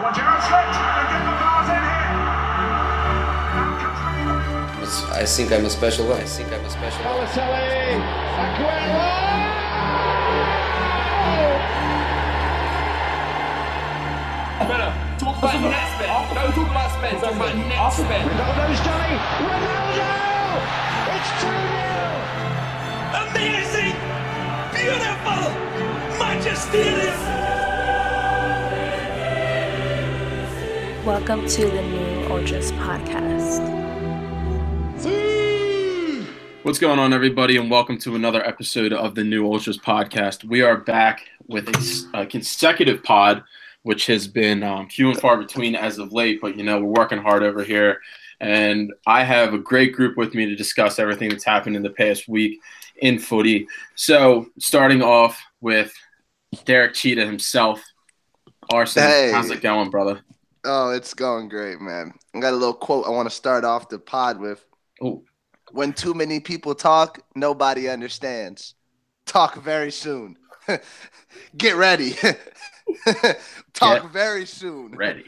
Watch out, slipped, and get the bars in here. Now comes the It's, I think I'm a special guy. I think I'm a special guy. Balotelli, Aguero! Talk about net spend. Don't talk about spend. Talk about net spend. Ronaldo's done it. Ronaldo! It's 2-0! Amazing! Beautiful! Magisterial! Welcome to the New Ultras podcast. What's going on, everybody, and welcome to another episode of the New Ultras podcast. We are back with a, s- a consecutive pod, which has been um, few and far between as of late, but you know, we're working hard over here. And I have a great group with me to discuss everything that's happened in the past week in footy. So, starting off with Derek Cheetah himself. Arson, Hey. how's it going, brother? Oh, it's going great, man. I got a little quote I want to start off the pod with. Oh, When too many people talk, nobody understands. Talk very soon. Get ready. talk Get very soon. ready.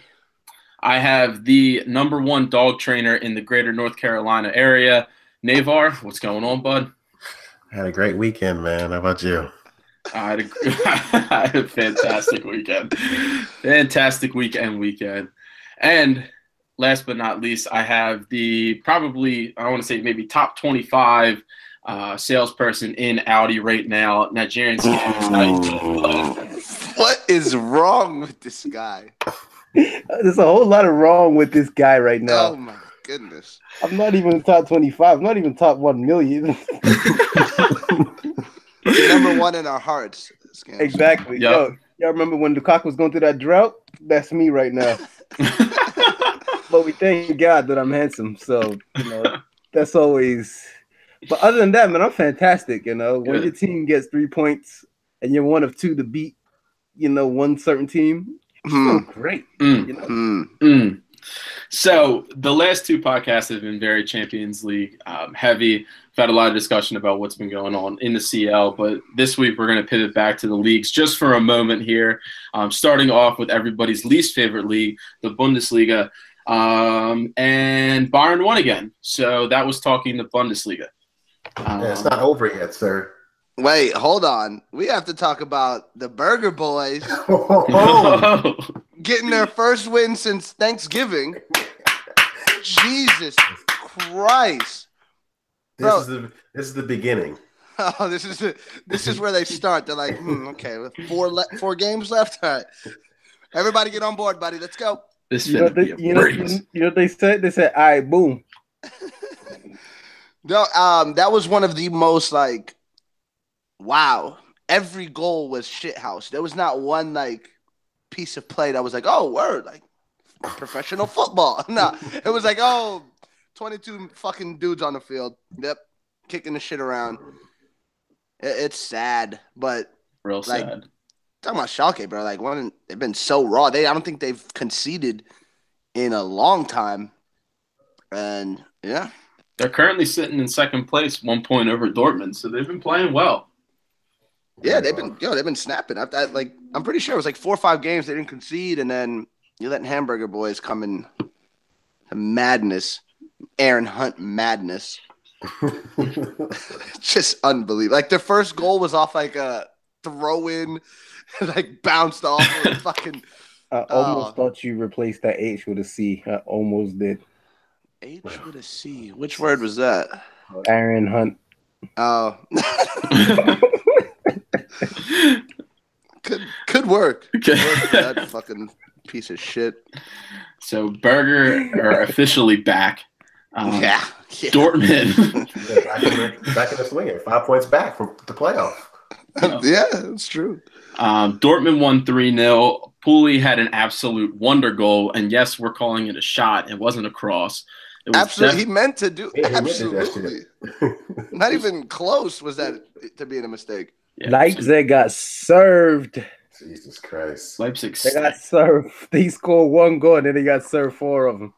I have the number one dog trainer in the greater North Carolina area, Navar. What's going on, bud? Had a great weekend, man. How about you? I had a, I had a fantastic weekend. Fantastic weekend, weekend. And last but not least, I have the probably, I want to say maybe top 25 uh, salesperson in Audi right now, Nigerian. What is wrong with this guy? Uh, There's a whole lot of wrong with this guy right now. Oh my goodness. I'm not even top 25. I'm not even top 1 million. You're number one in our hearts. Scams. exactly. Yeah. Yo, y'all remember when Lukaku was going through that drought? That's me right now. but we thank God that I'm handsome. So, you know, that's always. But other than that, man, I'm fantastic. You know, when Good. your team gets three points and you're one of two to beat, you know, one certain team, Hmm, great. Mm. You know, hmm. Mm. So the last two podcasts have been very Champions League um, heavy. We've had a lot of discussion about what's been going on in the CL, but this week we're going to pivot back to the leagues just for a moment here. Um, starting off with everybody's least favorite league, the Bundesliga, um, and Bayern won again. So that was talking the Bundesliga. Um, Yeah, it's not over yet, sir. Wait, hold on. We have to talk about the Burger Boys Oh, getting their first win since Thanksgiving. Jesus Christ. this Bro. is the this is the beginning. Oh, this is the, this is where they start. They're like, hmm, okay, with four le- four games left. All right, everybody get on board, buddy. Let's go. this you know, finna they, be a you know, breeze. you know what they said? They said, all right, boom. No, um, that was one of the most like, wow. Every goal was shit house. There was not one like piece of play that was like, oh, word, like professional football. no, it was like, oh, 22 fucking dudes on the field. Yep, kicking the shit around. It- it's sad, but Real like- sad. talking about Schalke, bro. Like one, they've been so raw. They, I don't think they've conceded in a long time. And yeah, They're currently sitting in second place, one point over Dortmund. So they've been playing well. yeah, they've been, yo, they've been snapping. I, I, like, I'm pretty sure it was like four or five games they didn't concede, and then you let Hamburger Boys come in to madness, Aaron Hunt madness. Just unbelievable. Like their first goal was off like a throw in, like bounced off of fucking. I almost Oh. thought you replaced that H with a C. I almost did. H with a C. Which word was that? Aaron Hunt. Oh, could could work. Look at that fucking piece of shit. So Berger are officially back. Um, yeah. yeah. Dortmund. Yeah, back, in the, back in the swing, five points back from the playoff. yeah, it's true. um, Dortmund won 3 0. Pooley had an absolute wonder goal. And yes, we're calling it a shot. It wasn't a cross. It was Absolutely. def- He meant to do Yeah, he meant to do that absolutely. Not even close was that to being a mistake. yeah, Leipzig got served. Jesus Christ. Leipzig. They got served. They scored one goal and then they got served four of them.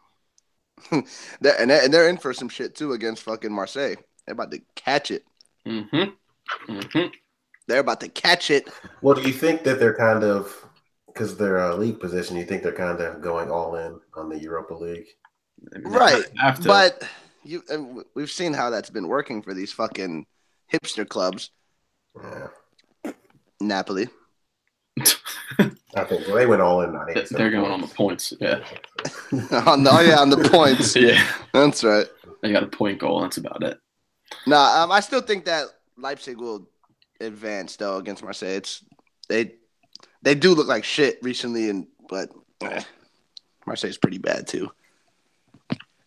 They're, and, they're, and they're in for some shit too against fucking Marseille. They're about to catch it. Mhm. Mhm. They're about to catch it. Well, do you think that they're kind of because their uh, league position, you think they're kind of going all in on the Europa League. I mean, Right, they have to. But you, and w- we've seen how that's been working for these fucking hipster clubs. Yeah. Napoli. I think well, they went all in on it. they're going on the points. Yeah. on the, oh yeah, on the points. yeah. That's right. They got a point goal. That's about it. No, um, I still think that Leipzig will advance though against Marseille. It's they they do look like shit recently, and but eh, Marseille's pretty bad too.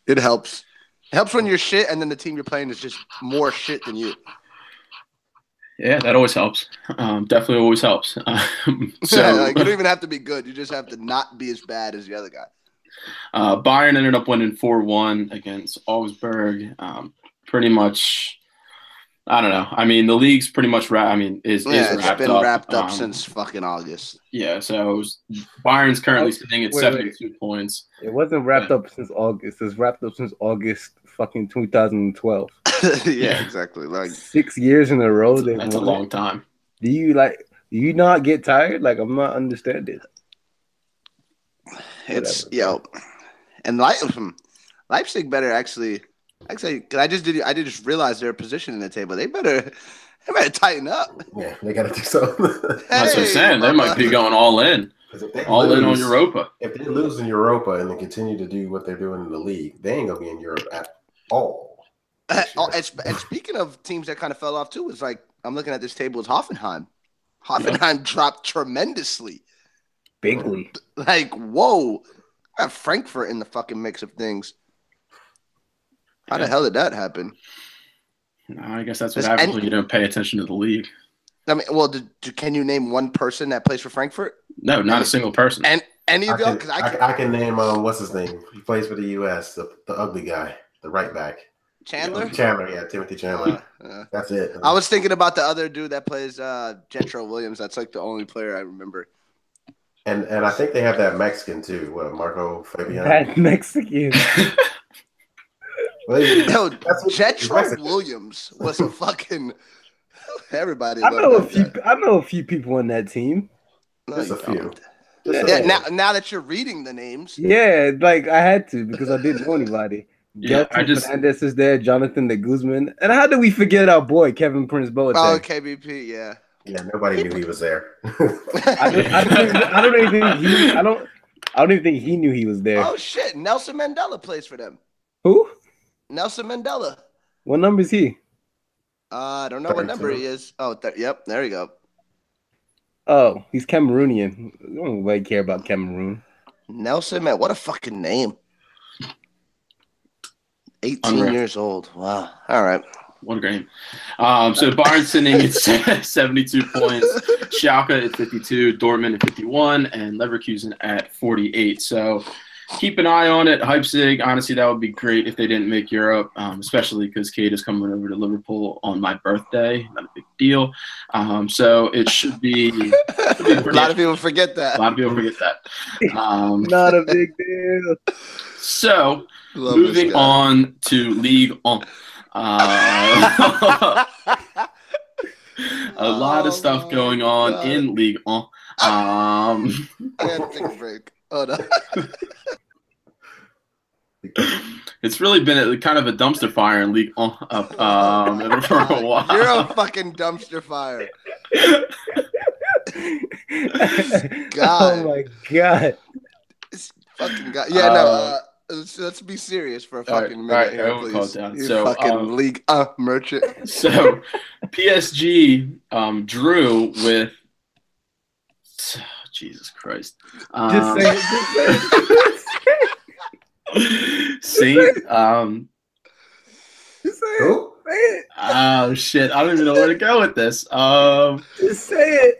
It helps. It helps when you're shit, and then the team you're playing is just more shit than you. Yeah, that always helps. Um, definitely always helps. Um, so like, you don't even have to be good. You just have to not be as bad as the other guy. Uh, Bayern ended up winning 4 1 against Augsburg. Um, pretty much, I don't know. I mean, the league's pretty much wrapped. I mean, is, Yeah, is it's wrapped been up. wrapped up Um, since fucking August. Yeah, so it was, Bayern's currently sitting at Oh, Wait, wait. 72 points. It wasn't wrapped up since August. It's wrapped up since August fucking 2012. yeah, exactly. Like Six years in a row. They That's a won it. long time. Do you like? Do you not get tired? Like I'm not understanding. It's Whatever. yo, and Le- Leipzig better actually. Actually, 'cause I just did. I did just realize their position in the table. They better. They better tighten up. Yeah, they got to do something. That's what I'm Hey, saying. They might be mama. going all in, 'Cause if they all in on lose- Europa. If they lose in Europa and they continue to do what they're doing in the league, they ain't gonna be in Europe at all. Oh, and, sp- and speaking of teams that kind of fell off too, it's like I'm looking at this table. It's Hoffenheim. Hoffenheim dropped tremendously. Bigly. Like whoa, got Frankfurt in the fucking mix of things. How the Yeah. hell did that happen? I guess that's what Does happens any- when you don't pay attention to the league. I mean, well, did, did- can you name one person that plays for Frankfurt? No, not a single person. And any I of y'all? can, Because I, can, I can name um, what's his name? He plays for the U.S. The, the ugly guy, the right back, Chandler. Chandler. Yeah, Timothy Chandler. Uh, uh. That's it. I was thinking about the other dude that plays uh Jetro Williams. That's like the only player I remember. and and I think they have that Mexican too. What Marco Fabian? That Mexican. Well, they- Yo, That's what- Oh, Jetro Mexican. Williams was a fucking everybody. I loved know a that few. guy. I know a few people on that team. No, Just you a few. don't. Just a Oh, Yeah, few. now now that you're reading the names, Yeah, like I had to because I didn't know anybody. Yeah, I Gelson just- Fernandez is there. Jonathan de Guzman, and how did we forget our boy Kevin Prince Boateng? oh KBP, yeah. yeah, nobody knew he was there. I, don't, I, don't even, I don't even think he. I don't. I don't even think he knew he was there. oh shit, Nelson Mandela plays for them. Who? Nelson Mandela. What number is he? Uh, I don't know what number he is. Oh, th- yep, there you go. Oh, he's Cameroonian. I don't really care about Cameroon. Nelson man, what a fucking name. 18 Unreal. years old. Wow. All right. What a game. Um, so Bayern's sitting at 72 points, Schalke at 52, Dortmund at 51, and Leverkusen at 48. So keep an eye on it. Leipzig, honestly, that would be great if they didn't make Europe, um, especially because Kate is coming over to Liverpool on my birthday. Not a big deal. Um, so it should be a lot of people forget a that. lot of people forget that. Um, Not a big deal. so Love this moving guy. on to League On. Uh, a lot Oh of stuff my going on God. in League On. Um, I gotta take a break. Hold on. it's really been a, kind of a dumpster fire in League On uh, um, for a while. You're a fucking dumpster fire. Oh my god. This fucking guy. Yeah, no. Uh, Uh, let's, let's be serious for a all fucking right, all right, minute I here, will please. call it down. You So, fucking um, league uh, merchant. so PSG um, drew with Jesus Christ. Um, Uh. Just say it. Just say it. Saint. Um, Just say it. Who? Say it. oh shit! I don't even know where to go with this. Um, Just say it.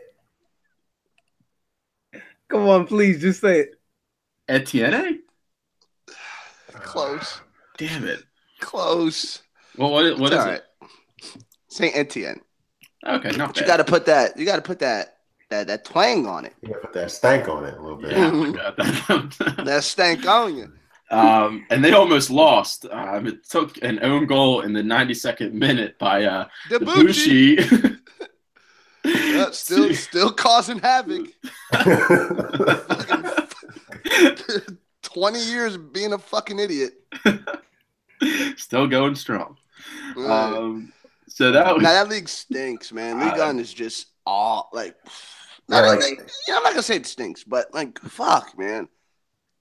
Come on, please, just say it. Etienne. Close. Damn it. Close. Well, what, what is All right. Saint Etienne. it? Okay, not But you bad. gotta put that. You gotta put that. That that twang on it. You gotta put that stank on it a little bit. Yeah, I forgot. That stank on you. um, and they almost lost. Um, it took an own goal in the 92nd minute by uh, The booty. Debuchy. Yep, still still causing havoc. Twenty years of being a fucking idiot. Still going strong. Uh, Um, so that now was Uh, that league stinks, man. League on is just all like. Yeah, Not, like- like, yeah, I'm not gonna say it stinks, but like, fuck, man.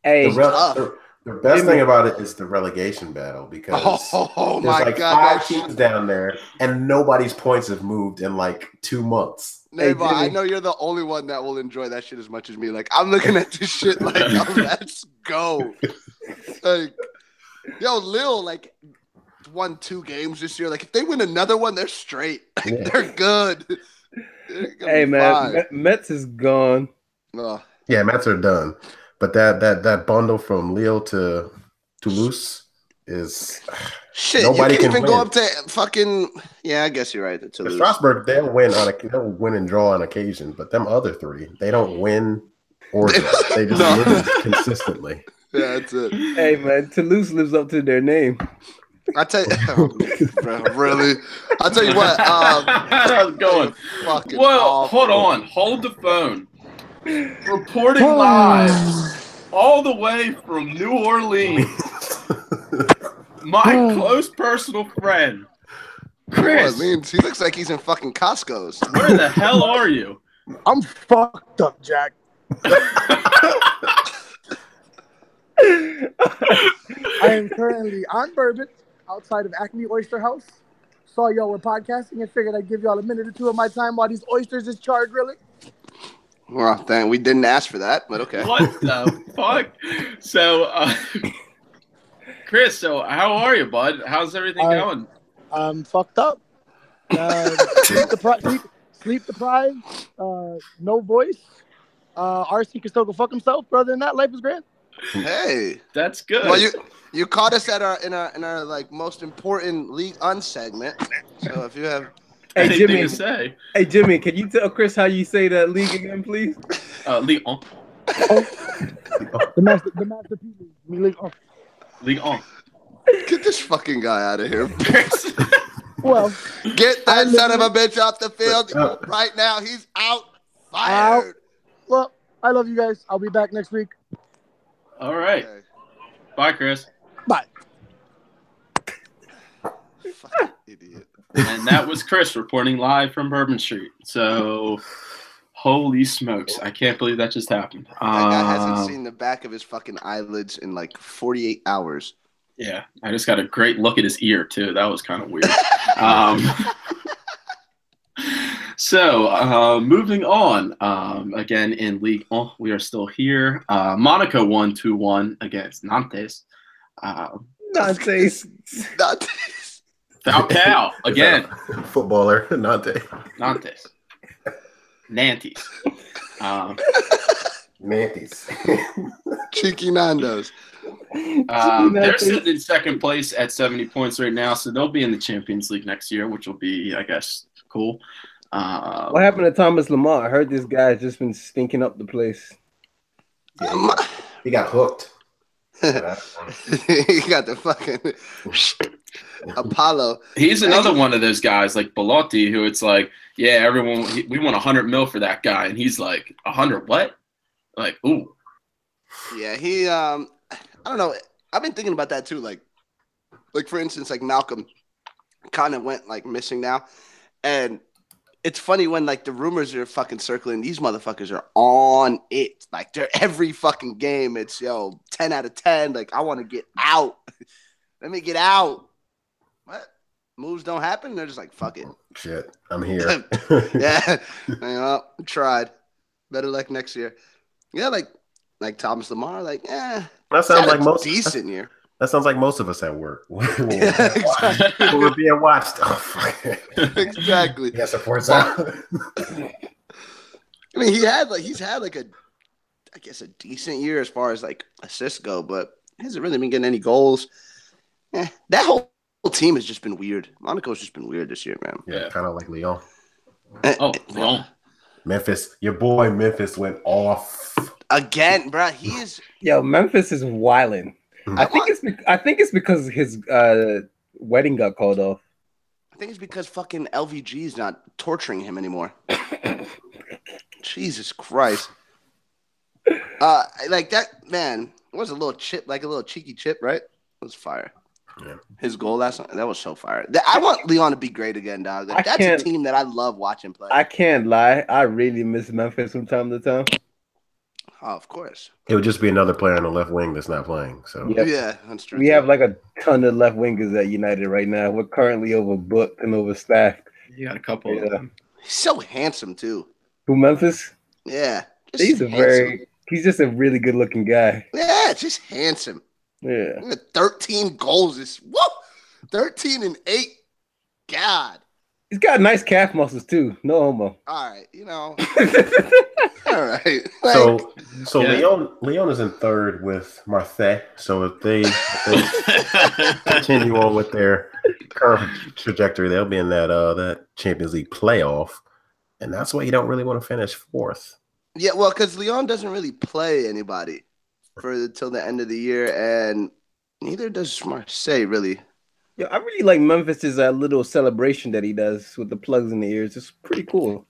Hey, the, re- tough. the, the best thing about it is the relegation battle because Oh, there's my like god, five that shit- teams down there and nobody's points have moved in like two months. Neymar, I Jimmy. know you're the only one that will enjoy that shit as much as me. Like, I'm looking at this shit like, oh, let's go. Like, yo, Lil, like, won two games this year. Like, if they win another one, they're straight. Yeah. They're good. They're gonna hey be man, fine. Met- Mets is gone. Ugh. Yeah, Mets are done. But that that that bundle from Lille to Toulouse is Shit, Nobody you can, can even go win. up to fucking. Yeah, I guess you're right. To but lose. Strasbourg. They'll win on a, they'll win and draw on occasion, but them other three they don't win or draw. they just No. lose consistently. Yeah, that's it. Hey man, Toulouse lives up to their name. I tell you, oh, bro, really? I tell you what. Um, How's it going? fucking Well, awful. hold on. Hold the phone. Reporting live all the way from New Orleans, my close personal friend, Chris. Orleans, He looks like he's in fucking Costco's. Where the hell are you? I'm fucked up, Jack. I am currently on Bourbon outside of Acme Oyster House. Saw y'all were podcasting and figured I'd give y'all a minute or two of my time while these oysters is char grilling. Well, dang, we didn't ask for that, but okay. What the fuck? So, uh, Chris, so how are you, bud? How's everything Uh, I- going? I'm fucked up. Uh, sleep, depri- sleep, sleep deprived. Uh, no voice. Uh, RC can still go fuck himself. Brother, than that, life is grand. Hey, That's good. well, you you caught us at our in our in our like most important league un segment. So if you have Hey Anything Jimmy, to say? hey Jimmy, can you tell Chris how you say that league again, please? Uh, Leon, on. The master, the masterpiece. Me league. Oh, League on. get this fucking guy out of here, Chris. well, get that son of a bitch off the field Uh, right now. He's out, fired. well, I love you guys. I'll be back next week. All right. Okay. Bye, Chris. Bye. Fucking idiot. and that was Chris reporting live from Bourbon Street. So, holy smokes, I can't believe that just happened. That guy Um, hasn't seen the back of his fucking eyelids in like 48 hours. Yeah, I just got a great look at his ear too. That was kind of weird. um, so, uh, moving on. Um, again in League, oh, we are still here. Uh, Monaco won two one against Nantes. Uh, Dante's Not- Falcao again, footballer Nante. Nantes, Nantes. Um, Mantis. Cheeky Nandos. Um, they're Nothing. sitting in second place at 70 points right now, so they'll be in the Champions League next year, which will be, I guess, cool. Uh, What happened to Thomas Lamar? I heard this guy's just been stinking up the place. Um, he got hooked. he got the fucking Apollo. he's another one of those guys like Belotti, who it's like, yeah, everyone, he- we want 100 mil for that guy, and he's like, 100 what? Like, ooh, Yeah, he. Um, I don't know. I've been thinking about that too. Like, like for instance, like Malcolm kind of went like missing now, and it's funny when like the rumors are fucking circling. These motherfuckers are on it. Like they're every fucking game. It's yo ten out of ten. Like I want to get out. Let me get out. What moves don't happen? They're just like fuck it. Shit, I'm here. yeah, you know, tried. Better luck next year. Yeah, like like Thomas Lamar, like eh. That sounds had a like most. decent year. That sounds like most of us at work. Yeah, We're exactly. being watched. Oh, fuck. exactly. Yes, of course. I- I mean, he had like he's had like a, I guess a decent year as far as like assists go, but he hasn't really been getting any goals. Eh, that whole, whole team has just been weird. Monaco's just been weird this year, man. yeah, kind of like Leon. Eh, oh, eh, well, Memphis, your boy Memphis went off. again, bro. He is. Yo, Memphis is Mm. wilding. I think it's bec- I think it's because his uh, wedding got called off. I think it's because fucking LVG's not torturing him anymore. Jesus Christ. Uh, like that man it was a little chip, like a little cheeky chip, right? It was fire. His goal last night that was so fire. That- I want Leon to be great again, dog. Like, I that's can't- a team that I love watching play. I can't lie. I really miss Memphis from time to time. Oh, of course. It would just be another player on the left wing that's not playing. So that's Oh, true. We have like a ton of left wingers at United right now. We're currently overbooked and overstaffed. You got a couple of them. He's so handsome too. Who Memphis? Yeah. Just He's a very. He's just a really good looking guy. Yeah, just handsome. Yeah. Look at 13 goals. It's whoop. 13 and 8. God. He's got nice calf muscles too. No homo. All right, you know. All right. so so Yeah. Leon Leon is in third with Marseille. So if they, if they continue on with their current trajectory, they'll be in that uh that Champions League playoff, and that's why you don't really want to finish fourth. Yeah, well, because Leon doesn't really play anybody for till the end of the year, and neither does Marseille really. Yeah, I really like Memphis's uh, little celebration that he does with the plugs in the ears. It's pretty cool.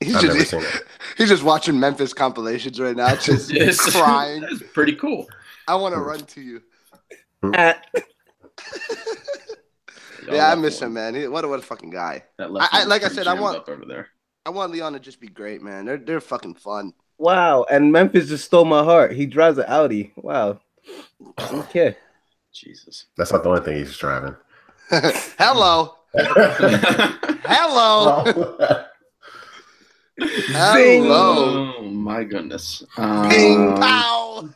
He's I've just- never seen He's just watching Memphis compilations right now, just Yes. crying. That's pretty cool. I want to run to you. Y'all yeah, I left miss him, man. He, what a what a fucking guy. That I, left I, wing like I pretty said, I jammed want up over there. I want Leon to just be great, man. They're they're fucking fun. Wow. And Memphis just stole my heart. He drives an Audi. Wow. Okay. Jesus. That's not the only thing he's driving. Hello. Hello. Hello. Oh my goodness. Bing Um, pow.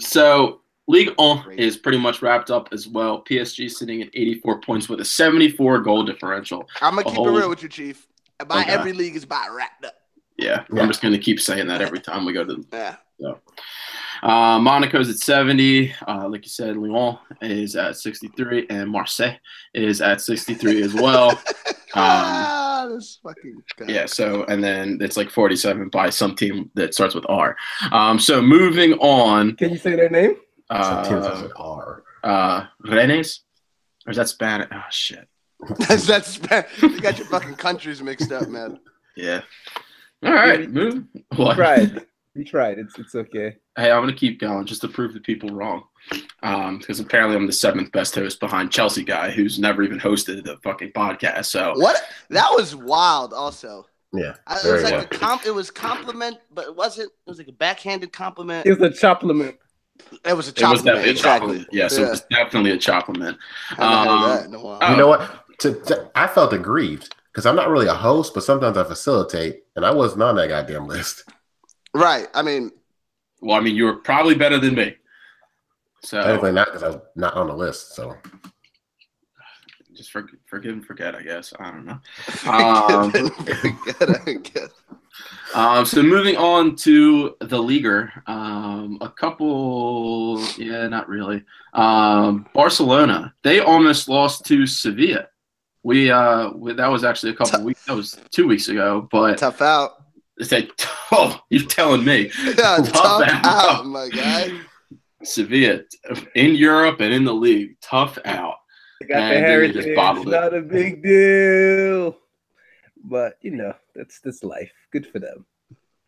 So League on is pretty much wrapped up as well. PSG sitting at 84 points with a 74 goal differential. I'm gonna A keep whole- it real with you, Chief. My Okay. every league is about wrapped up. Yeah, I'm just gonna keep saying that every time we go to the Yeah. So, uh, Monaco's at 70. Uh, like you said, Lyon is at 63, and Marseille is at 63 as well. Um, Ah, this fucking guy. yeah, so, and then it's like 47 by some team that starts with R. Um, so, moving on. Can you say their name? Uh, Some team starts with R. Uh, Rennes? Or is that Spanish? Oh, shit. That's that's you got your fucking countries mixed up, man. Yeah. All right, move. We What? tried. We tried. It's it's okay. Hey, I'm gonna keep going just to prove the people wrong, because apparently I'm the seventh best host behind Chelsea guy, who's never even hosted the fucking podcast. So What? That was wild. Also, Yeah, I, it Very was like well. a comp. It was compliment, but it wasn't. It was like a backhanded compliment. It's a chopliment. It was a it was chopliment. definitely exactly. a choplament. Yes, it was definitely a choplament. haven't heard Um, that in a while. You know what? To, to- I felt aggrieved because I'm not really a host, but sometimes I facilitate, and I wasn't on that goddamn list. Right. I mean, well, I mean, you were probably better than me. So Oh. Technically not because I'm not on the list. So just for, forgive and forget, I guess. I don't know. Um, Um, so moving on to the leaguer, um, a couple, yeah, not really. Um, Barcelona, they almost lost to Sevilla. We, uh, we, that was actually a couple weeks. That was two weeks ago, but tough out. it's like, oh, you're telling me, Yeah, Tough tough out. out, my guy. Sevilla in Europe and in the league, tough out. They got the And then they heritage. just It's bottled it. not a big deal. But you know, that's that's life. Good for them.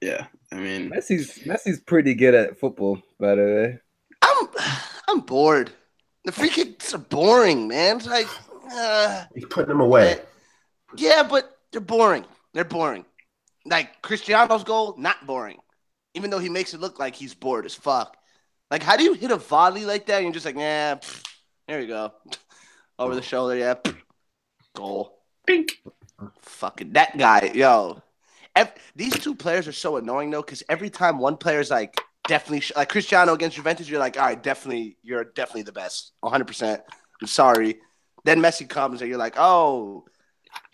Yeah, I mean, Messi's Messi's pretty good at football, by the way. I'm I'm bored. The free kicks are boring, man. It's like, uh, he's putting them away. yeah, but they're boring. They're boring. Like Cristiano's goal, not boring. Even though he makes it look like he's bored as fuck. Like, how do you hit a volley like that? And you're just like, nah, pff, there you go. Over the shoulder, yeah. pff, goal. Pink. Fucking that guy, yo. Ev- these two players are so annoying though, because every time one player's like definitely sh- like Cristiano against Juventus, you're like, all right, definitely, you're definitely the best, 100. percent I'm sorry. Then Messi comes and you're like, oh,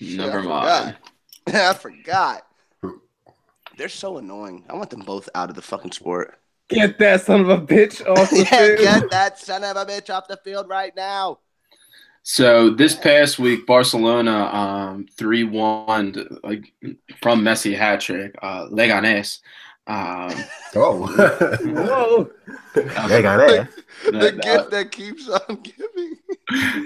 shit, I never mind. forgot. I forgot. They're so annoying. I want them both out of the fucking sport. Get that son of a bitch off the yeah, field. get that son of a bitch off the field right now. So this past week, Barcelona um, three one like from Messi hat trick. Uh, Leganes. Um, Oh, Whoa. they got that. The that- gift that keeps on giving.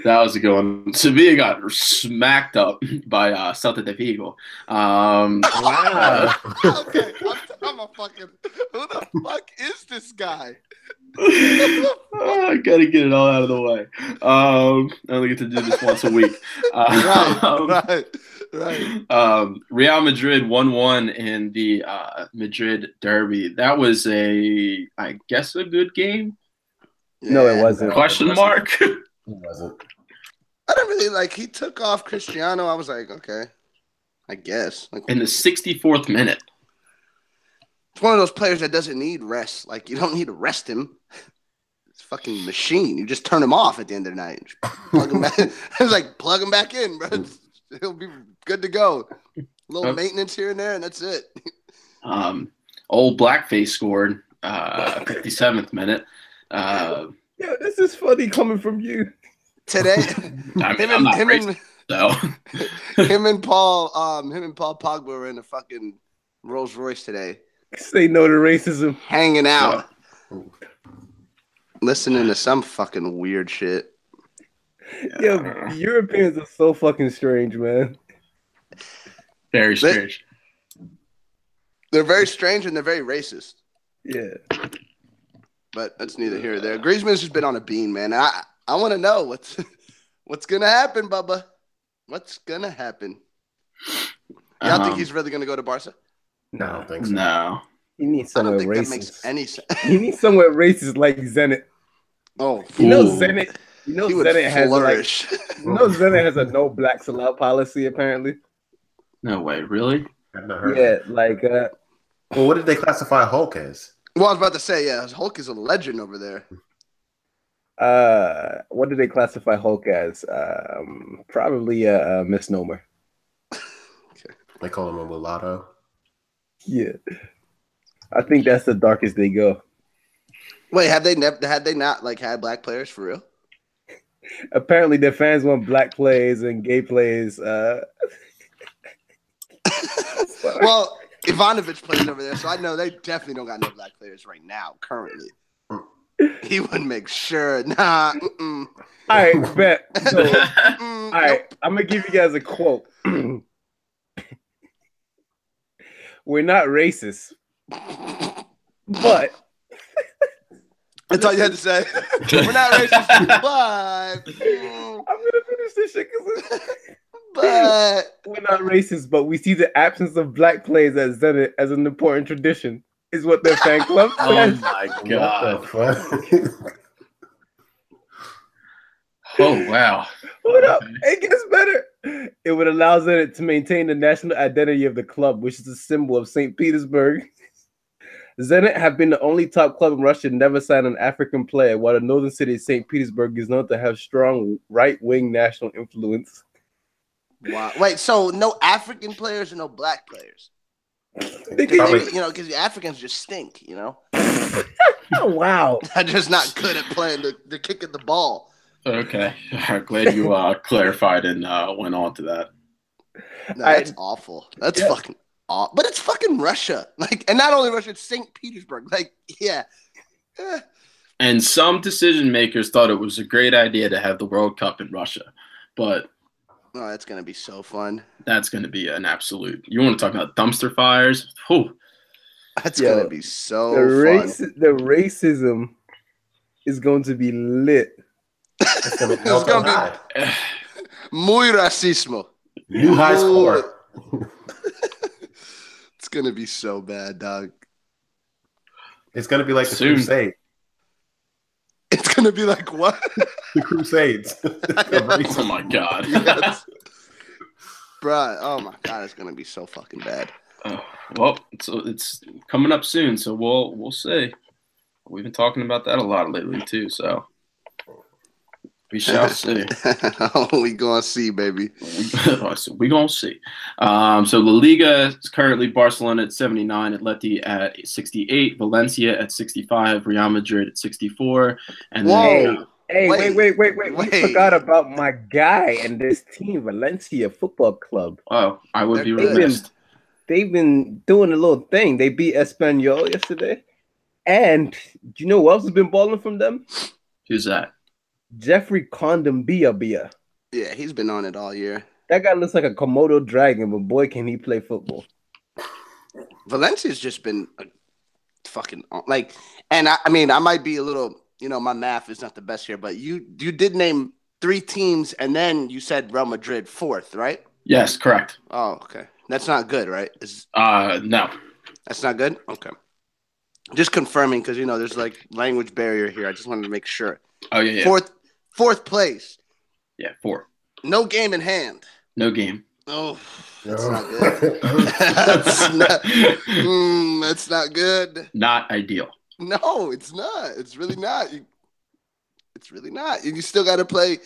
that was a good one. Sevilla got smacked up by uh, Celta de Vigo. Um, Wow. okay, I'm, I'm a fucking. Who the fuck is this guy? oh, I gotta get it all out of the way. Um, I only get to do this once a week. Right, Um, right, right. um, Real Madrid won one in the uh, Madrid derby. That was a, I guess, a good game? No, it Yeah. wasn't. Question mark. wasn't. I didn't really like. He took off Cristiano. I was like, okay, I guess. Like, in the 64th minute. it's one of those players that doesn't need rest. Like, you don't need to rest him. It's a fucking machine. You just turn him off at the end of the night. Just Plug him back. it's like plug him back in, bro. He'll be good to go. A little Okay. maintenance here and there, and that's it. Um, old Blackface scored uh, 57th minute. Uh, Yo, this is funny coming from you. Today, I mean, him I'm and not him racist, and though. him and Paul, um, him and Paul Pogba were in a fucking Rolls Royce today, Say no to racism. hanging out, Yeah. listening to some fucking weird shit. Yo, Europeans are so fucking strange, man. Very They- strange. They're very strange and they're very racist, Yeah. but that's neither here nor there. Griezmann's just been on a bean, man. I I want to know what's what's gonna happen, Bubba. What's gonna happen? Y'all think Um, he's really gonna go to Barca? I don't No. think so. No. He needs I don't somewhere think racist. that makes any sense. He needs somewhere racist like Zenit. Oh, You know Ooh. Zenit. You know he would Zenit has like flourish. you know Zenit has a no blacks allowed policy apparently. No way. Really? I've not heard. Yeah, like uh Well, what did they classify Hulk as? well, I was about to say, yeah, Hulk is a legend over there. uh what do they classify Hulk as? Um probably a, a misnomer. They call him a mulatto. Yeah. I think that's the darkest they go. Wait, have they never had they not like had black players for real? Apparently their fans want black plays and gay plays. Uh Well, Ivanovic plays over there, so I know they definitely don't got no black players right now, currently. He would make sure. Nah. Mm-mm, all right, bet. So, mm, All right, I'm gonna give you guys a quote. We're not racist, but That's all you had to say. We're not racist, but mm, I'm gonna finish this shit because but we're not racist, but we see the absence of black plays at Zenit as an important tradition, is what their fan club Oh says. my What god. the fuck? Oh wow. Hold up, it gets better. It would allow Zenit to maintain the national identity of the club, which is a symbol of St. Petersburg. Zenit have been the only top club in Russia to never sign an African player, while the northern city of St. Petersburg is known to have strong right wing national influence. wow. wait, so no African players and no black players. They 'Cause get- Probably- they- you know, because the Africans just stink. You know, oh, wow. they're just not good at playing the, the kick at the ball. Okay. All right. Glad you uh, clarified and uh, went on to that. No, I- that's awful. That's Yeah. fucking awful. But it's fucking Russia. Like, and not only Russia, it's St. Petersburg. Like, yeah. Eh, And some decision makers thought it was a great idea to have the World Cup in Russia, but Oh, that's gonna be so fun. that's going to be an absolute. You want to talk about dumpster fires? Whew. That's Yo, gonna be so the, race, fun. the racism is going to be lit. It's gonna be It's gonna be- high. Muy racismo. New high Lord. score. It's gonna be so bad, dog. It's gonna be like the Soon. Crusade. It's gonna be like what? The Crusades. Oh my god. Yes. Bruh, oh my god, it's gonna be so fucking bad. Oh, well, so it's coming up soon, so we'll we'll see. We've been talking about that a lot lately too, so we shall see. we gonna see, baby. so we gonna see. Um, so La Liga is currently Barcelona at 79, Atleti at 68, Valencia at 65, Real Madrid at 64, and then Whoa. Hey, wait, wait, wait, wait. We Wait. forgot about my guy and this team, Valencia Football Club. oh, I would be They're good. remiss. They've been doing a little thing. They beat Espanol yesterday. And do you know who else has been balling from them? Who's that? Jeffrey Condom Bia Bia. Yeah, he's been on it all year. That guy looks like a Komodo dragon, but boy, can he play football. Valencia's just been a fucking uh, like, and I, I mean, I might be a little, you know, my math is not the best here, but you you did name three teams, and then you said Real Madrid fourth, right? Yes, correct. Oh, okay. That's not good, right? Is Uh, no. that's not good? Okay. Just confirming because you know there's like language barrier here. I just wanted to make sure. Oh yeah, yeah, Fourth, fourth place, yeah, four. no game in hand. No game. Oh, that's not good. that's, not, mm, that's not good. Not ideal. No, it's not. It's really not. You, it's really not. And you still got to play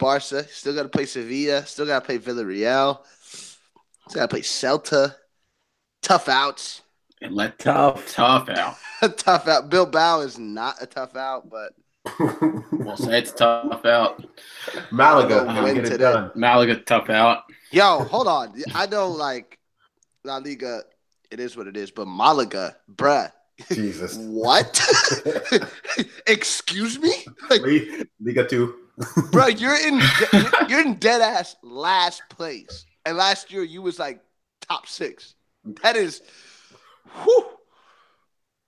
Barca. Still got to play Sevilla. Still got to play Villarreal. Still got to play Celta. Tough outs. And let Tough. tough out. tough out. Bilbao is not a tough out, but We'll say it's tough out. Malaga Malaga, gonna win get it today. done. Malaga tough out. Yo, hold on. I know like La Liga, it is what it is, but Malaga, bruh, Jesus. what? Excuse me, like, League- Liga two. bro, you're in de- you're in dead ass last place, and last year you was like top six. That is, whew,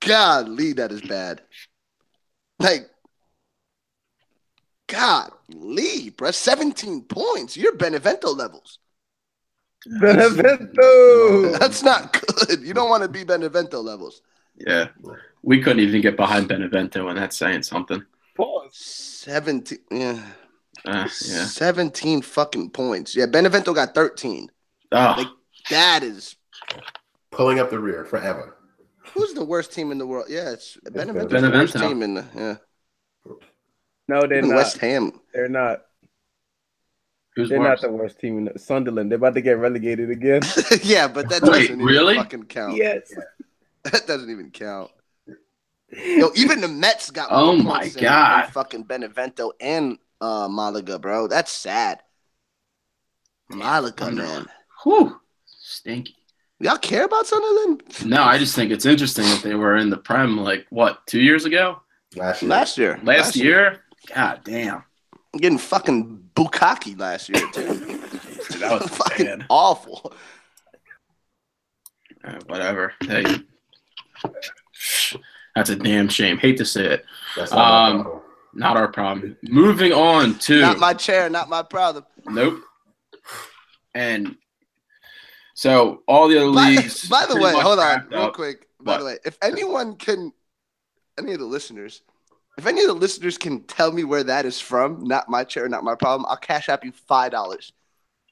golly, that is bad. Like, golly, bruh, seventeen points. You're Benevento levels. Benevento. That's not good. You don't want to be Benevento levels. Yeah. We couldn't even get behind Benevento, and that's saying something. Seventeen, yeah, Uh, yeah. seventeen fucking points. Yeah, Benevento got thirteen. Ah, Oh, That is Pulling up the rear forever. who's the worst team in the world? Yeah, it's Benevento's the worst Benevento. team in the yeah. No, they're Even not. West Ham. They're not. who's They're not worse? the worst team in the- Sunderland. They're about to get relegated again. yeah, but that doesn't Wait, even really? fucking count. yes. That doesn't even count. Yo, even the Mets got. Oh more my points than- God. than Fucking Benevento and uh, Malaga, bro. That's sad. Malaga, man. Whew. Stinky. Y'all care about Sunderland? No, I just think it's interesting that they were in the prem like what two years ago, Last year. Last year. last, year. God damn, I'm getting fucking bukkake last year too. that was fucking bad. awful. Uh, whatever. Hey, that's a damn shame. Hate to say it. That's not Um, my problem. Not our problem. Moving on to Not my chair, not my problem. nope. And so all the other By, leagues. by the pretty way, much hold on, wrapped real up. quick. By What? the way, if anyone can, any of the listeners, if any of the listeners can tell me where that is from, not my chair, not my problem, I'll cash app you five dollars.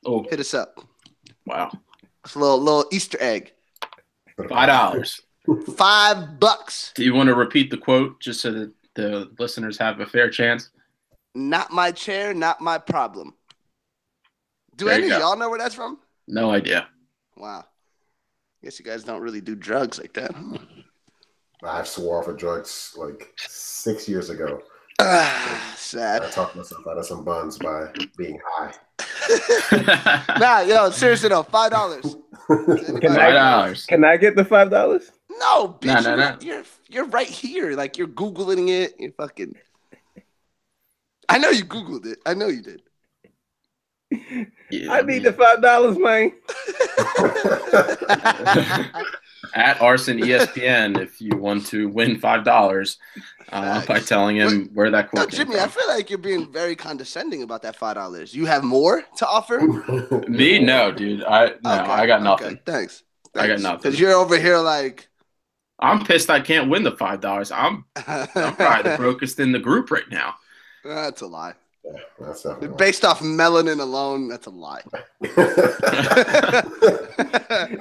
Oh Hit us up. wow, It's a little little Easter egg. five dollars. Five bucks. Do you want to repeat the quote just so that the listeners have a fair chance? Not my chair, not my problem. Do There you any go. of y'all know where that's from? No idea. Wow. Guess you guys don't really do drugs like that. huh? I swore off of drugs like six years ago. Ah, I sad. talked myself out of some buns by being high. Nah, yo, seriously though, five dollars. Five dollars. Can I get the five dollars? No, bitch, Nah, nah, you're- nah. you're you're right here. Like you're googling it. You're fucking. I know you googled it. I know you did. Yeah, I need the five dollars, man. at Arson E ESPN if you want to win five dollars uh, by Facts. telling him where that No, quote came Jimmy, I from. feel like you're being very condescending about that five dollars. You have more to offer? No, Me, no, dude. I no, I got nothing. Thanks. I got nothing. Because you're over here like. I'm pissed. I can't win the five dollars. I'm I'm probably the brokest in the group right now. that's a lie. That's not Based off melanin alone, that's a lie.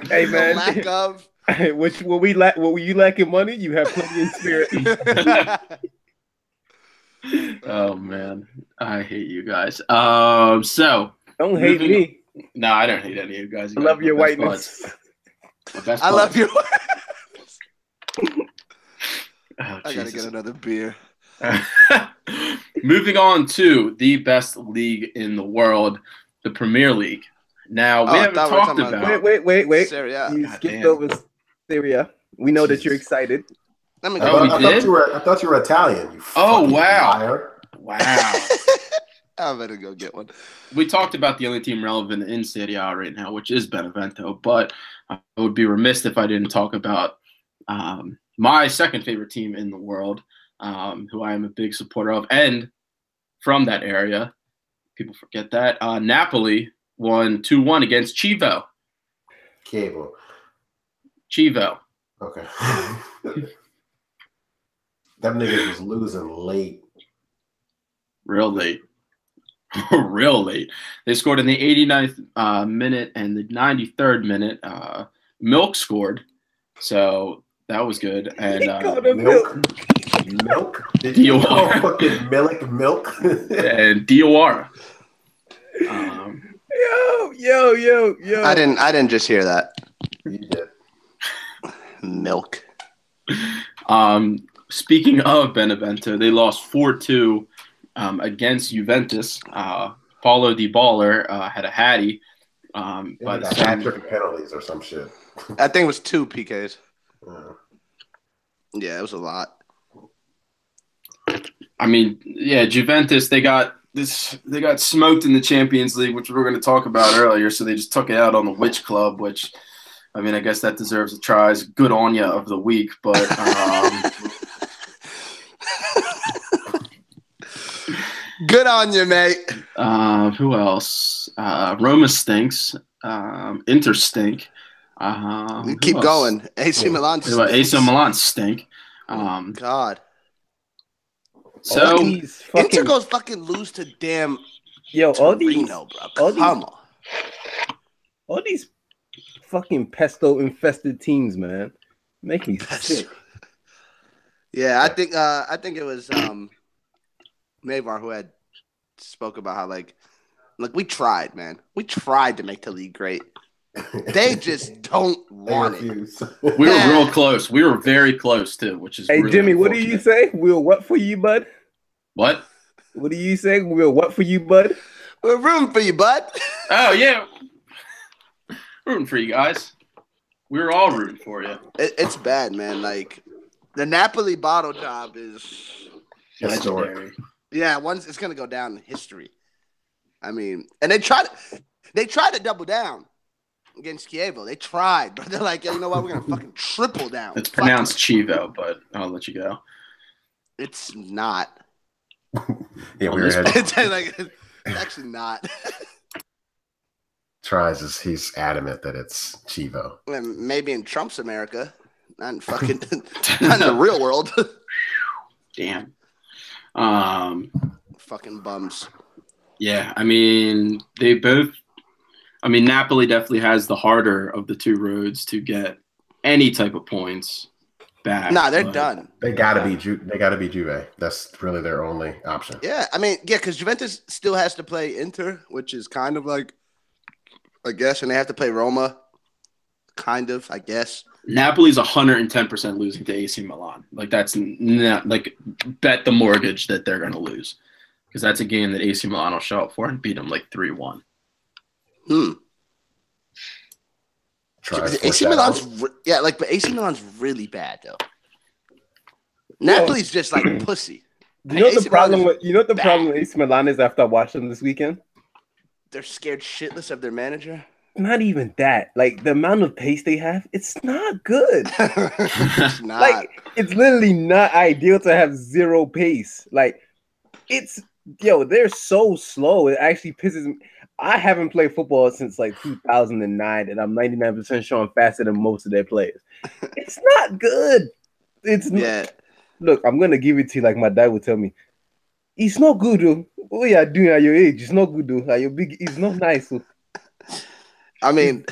Hey, The man. lack of. Hey, which will we lack? Will you lacking money? You have plenty in spirit. Oh man, I hate you guys. Um, so Don't hate Moving me. no, I don't hate any of you guys. I You guys love are your my best whiteness. buds. My best I love buds. you. Oh, I gotta Jesus. get another beer. Moving on to the best league in the world, the Premier League. Now we Oh, I haven't thought we were talked talking about- about. Wait, wait, wait, wait. Serie A. You God skipped damn. over Syria. We know that you're excited. Let me I, go. Oh, thought, you I thought did? you were. I thought you were Italian. You Oh, fucking wow. liar. Wow. I better go get one. we talked about the only team relevant in Serie A right now, which is Benevento, but I would be remiss if I didn't talk about um, my second favorite team in the world, um, who I am a big supporter of, and from that area. People forget that. Uh, Napoli won 2 1 against Chivo. Cable. Chivo. Okay. Them niggas was losing late. real late. real late. They scored in the 89th uh, minute and the 93rd minute. Uh, Milk scored, so that was good. And uh, Milk. Milk. Did You you call are. fucking milk milk? uh, and Diawara. Um, Yo, yo, yo, yo. I didn't. I didn't just hear that. you did. Milk. um, speaking of Benevento, they lost 4 2 um, against Juventus. Uh, Paulo Di Baller uh, had a hattie. Um, It by was the like a hat time, trick of penalties or some shit. I think it was two PKs. Uh, Yeah, it was a lot. I mean, yeah, Juventus they got this they got smoked in the Champions League, which we were going to talk about earlier. So they just took it out on the Witch Club, which I mean, I guess that deserves a try. It's good on ya of the week, but um, Good on you, mate. uh, who else? Uh, Roma stinks. Um, Inter stink. Um, who Keep else? going. AC Milan. Who else? AC stinks. Milan stink. Um, God. so these Inter fucking, goes fucking lose to damn yo, all these, Torino, bro. all these- Come on. all these fucking pesto infested teams, man, make me sick. Yeah, I think uh, I think it was um, Neymar who had spoke about how like, look, we tried, man. We tried to make the league great. They just don't they want it. refuse. we were real close. We were very close too, which is Hey, really Jimmy, what do you say? unfortunate. We'll what for you, bud? What? What do you say? We'll what for you, bud? We're rooting for you, bud. Oh yeah, rooting for you guys. We were all rooting for you. It, it's bad, man. Like the Napoli bottle job is, Historic. yeah, once it's gonna go down in history. I mean, and they tried, they tried to double down against Kievo. They tried, but they're like, yeah, you know what? We're gonna fucking triple down. It's Fuck pronounced Chivo, but I'll let you go. it. It's not. Yeah, we were had it's like it's actually not. tries. Is he's adamant that it's Chivo. Well, Maybe in Trump's America, not in fucking not in the real world. Damn. Um. fucking bums. Yeah. I mean, they both. I mean, Napoli definitely has the harder of the two roads to get any type of points back. Nah, they're but- done. They gotta be Ju- They gotta be Juve. That's really their only option. Yeah, I mean, yeah, because Juventus still has to play Inter, which is kind of like, I guess, and they have to play Roma, kind of, I guess. Napoli's 110% losing to AC Milan. Like that's n- not like bet the mortgage that they're going to lose because that's a game that AC Milan will show up for and beat them like 3-1. Hmm. Tries AC for that. Milan's, re- yeah, like, but AC Milan's really bad though. Napoli's just like pussy. You know what AC the problem Milan with you know what the bad. problem with AC Milan is after I watched them this weekend. They're scared shitless of their manager. Not even that. Like the amount of pace they have, it's not good. It's not. like it's literally not ideal to have zero pace. Like it's yo, they're so slow. It actually pisses me. I haven't played football since like 2009, and I'm 99% sure I'm faster than most of their players. It's not good. It's n- yeah. look. I'm gonna give it to you like my dad would tell me. It's not good. oh. What you are doing at your age? It's not good. oh. At your big, it's not nice. oh." I mean,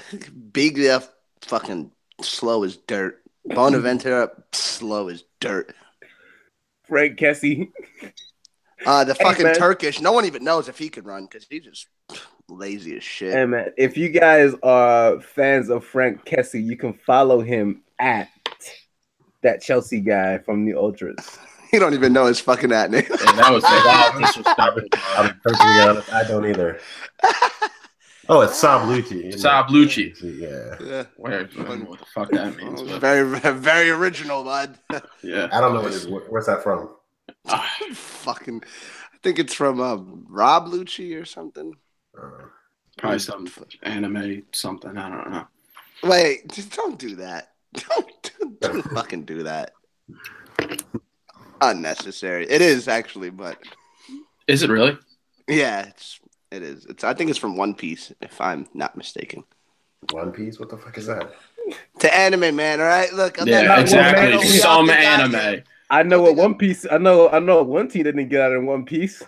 Big F fucking slow as dirt. Bonaventura slow as dirt. Frank Kessie. Uh, the Hey, fucking man. Turkish. No one even knows if he could run because he's just lazy as shit. Hey man, if you guys are fans of Frank Kessie, you can follow him at that Chelsea guy from the Ultras. He don't even know his fucking at name. And that was a wild disrespect. I'm perfectly honest. I don't either. Oh, it's Sablucci. isn't it? Sablucci. Yeah. Yeah. Where, I don't know what the fuck that means. But Very, very original, bud. yeah. I don't know. What it is. Where- Where's that from? Ah, fucking, I think it's from um, Rob Lucci or something. Uh, Probably some anime, something. I don't know. Wait, just don't do that. Don't, don't, don't fucking do that. Unnecessary. It is actually, but Is it really? yeah, it's it is. It's I think it's from One Piece, if I'm not mistaken. One Piece? What the fuck is that? To anime, man. All right, look. I'm Yeah, not- exactly. I'm not- Some I'm not- anime. I know what One Piece. I know. I know one team that didn't get out in One Piece.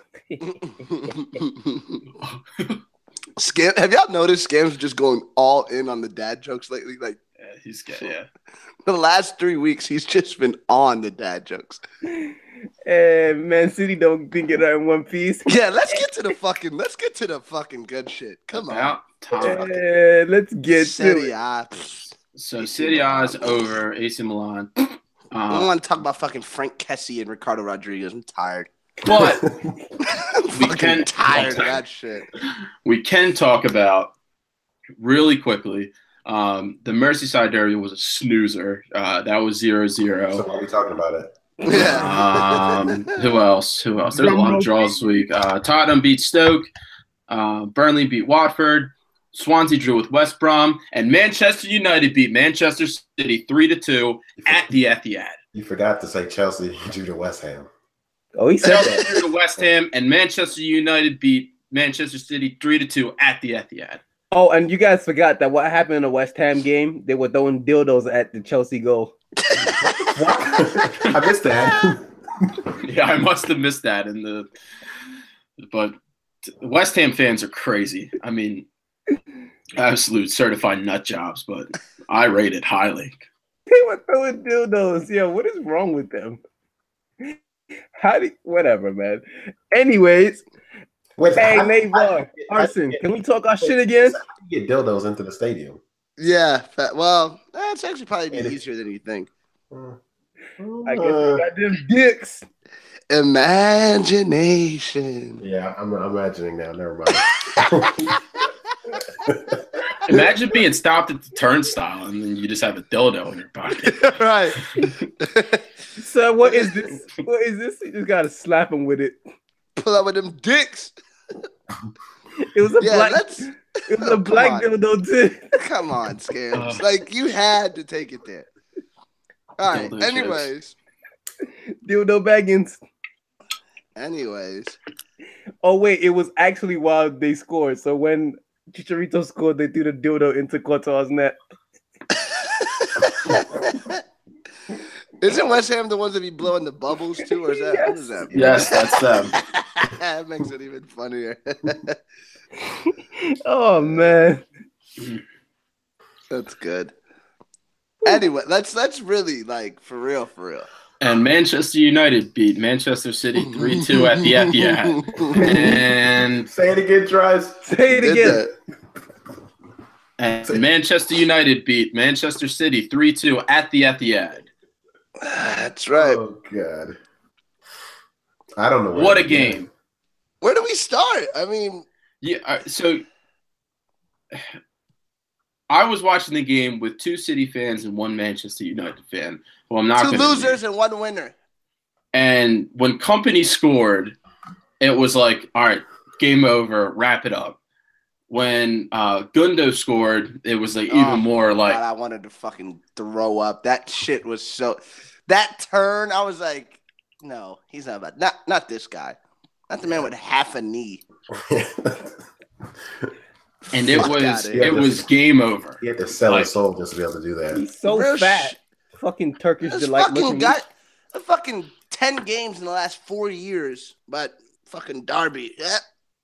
Skim, have y'all noticed Scam's just going all in on the dad jokes lately? Like Yeah, he's got, yeah. the last three weeks, he's just been on the dad jokes. And Man City don't didn't get out in One Piece. Yeah, let's get to the fucking. Let's get to the fucking good shit. Come on, About time. Eh, let's get Serie to it. A. Pfft. So City Eyes over AC Milan. I don't Uh, want to talk about fucking Frank Kessie and Ricardo Rodriguez. I'm tired. but I'm fucking can- tired of that shit. we can talk about really quickly. Um, the Merseyside Derby was a snoozer. Uh, that was 0 So 0. why are we talking about it? Yeah. Um, who else? Who else? There's a lot of draws this week. Uh, Tottenham beat Stoke. Uh, Burnley beat Watford. Swansea drew with West Brom. And Manchester United beat Manchester City 3 to 2 at the Etihad. You forgot to say Chelsea due to West Ham. Oh, he said Chelsea that. drew to West Ham, and Manchester United beat Manchester City 3 to 2 at the Etihad. Oh, and you guys forgot that what happened in the West Ham game? They were throwing dildos at the Chelsea goal. What? I missed that. Yeah, I must have missed that in the. But West Ham fans are crazy. I mean, absolute certified nut jobs, but I rate it highly. They were throwing dildos. Yo, what is wrong with them? How do whatever, man? Anyways, Wait, hey, how- how Neighbor, do you get- how do you Arson, get- can we talk our shit again? how do you get dildos into the stadium? yeah. fa- Well, that's actually probably be It is. easier than you think. I guess Uh, you got them dicks. Imagination. yeah, I'm, I'm imagining now. Never mind. Imagine being stopped at the turnstile and then you just have a dildo in your pocket. right. So what is this? What is this? You just gotta slap him with it. Pull up with them dicks. It was a Yeah, black. let's It was Oh, a come on. black dildo too. come on, scams. Ugh. like you had to take it there. All right. Dildo jokes. Anyways. Dildo baggins. Anyways. Oh wait, it was actually while they scored. So when Chicharito scored, they threw the dildo into Courtois' net. Isn't West Ham the ones that be blowing the bubbles too, or is that what is that? Yes, that's them. that makes it even funnier. Oh man. That's good. Anyway, let's let's really like for real, for real. And Manchester United beat Manchester City 3 2 at the Etihad. And, Say it again, Trice. Say it Did again. that. and Manchester United beat Manchester City 3 2 at the Etihad. That's right. Oh God. I don't know. where What to a begin. game. Where do we start? I mean, Yeah, uh, so I was watching the game with two City fans and one Manchester United fan. Well, I'm not two gonna- losers and one winner. And when Company scored, it was like, all right, game over, wrap it up. When uh, Gundo scored, it was like even Oh, more like, God, I wanted to fucking throw up. That shit was so. That turn, I was like, no, he's not about. Not not this guy. Not the man with half a knee. and it Fuck was outta it here. Yeah, was game over. he had to sell Like- his soul just to be able to do that. He's so Real sh- fat. fucking Turkish This delight fucking looking. got the fucking ten games in the last four years, but fucking Darby eh,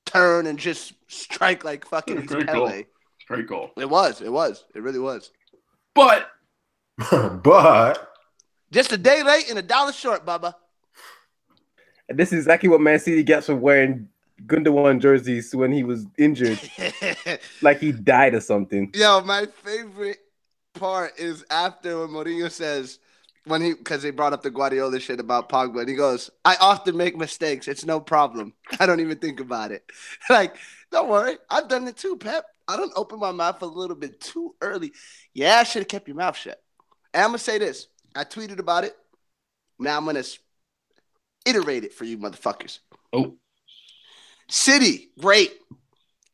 turn and just strike like fucking he's Great goal. Pele. Great goal. It was, it was, it really was. But but Just a day late and a dollar short, Bubba. And this is exactly what Man City gets for wearing Gundogan jerseys when he was injured, like he died or something. Yo, my favorite part is after when Mourinho says when he because they brought up the Guardiola shit about Pogba, and he goes, "I often make mistakes. It's no problem. I don't even think about it. like, don't worry, I've done it too, Pep. I don't open my mouth a little bit too early. Yeah, I should have kept your mouth shut. And I'm gonna say this. I tweeted about it. Now I'm gonna s- iterate it for you, motherfuckers. oh, City, great,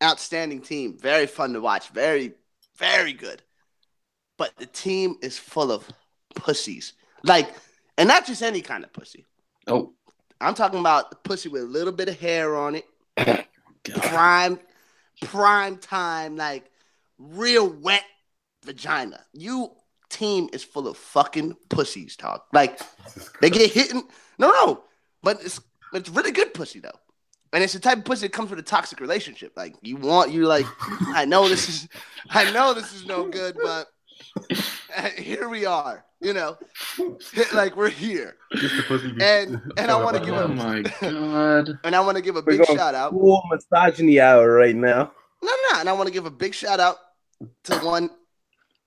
outstanding team, very fun to watch, very, very good. But the team is full of pussies, like, and not just any kind of pussy. Oh. I'm talking about pussy with a little bit of hair on it, prime, prime time, like real wet vagina. You team is full of fucking pussies, dog. Like they get hit. In, no, no, but it's it's really good pussy though, and it's the type of pussy that comes with a toxic relationship. Like you want you like I know this is I know this is no good, but here we are. You know, like we're here, Just the pussy be- and and I want to give Oh a my god. and I want to give a We're big going shout out. full misogyny hour right now. No, no, no. And I want to give a big shout out to one.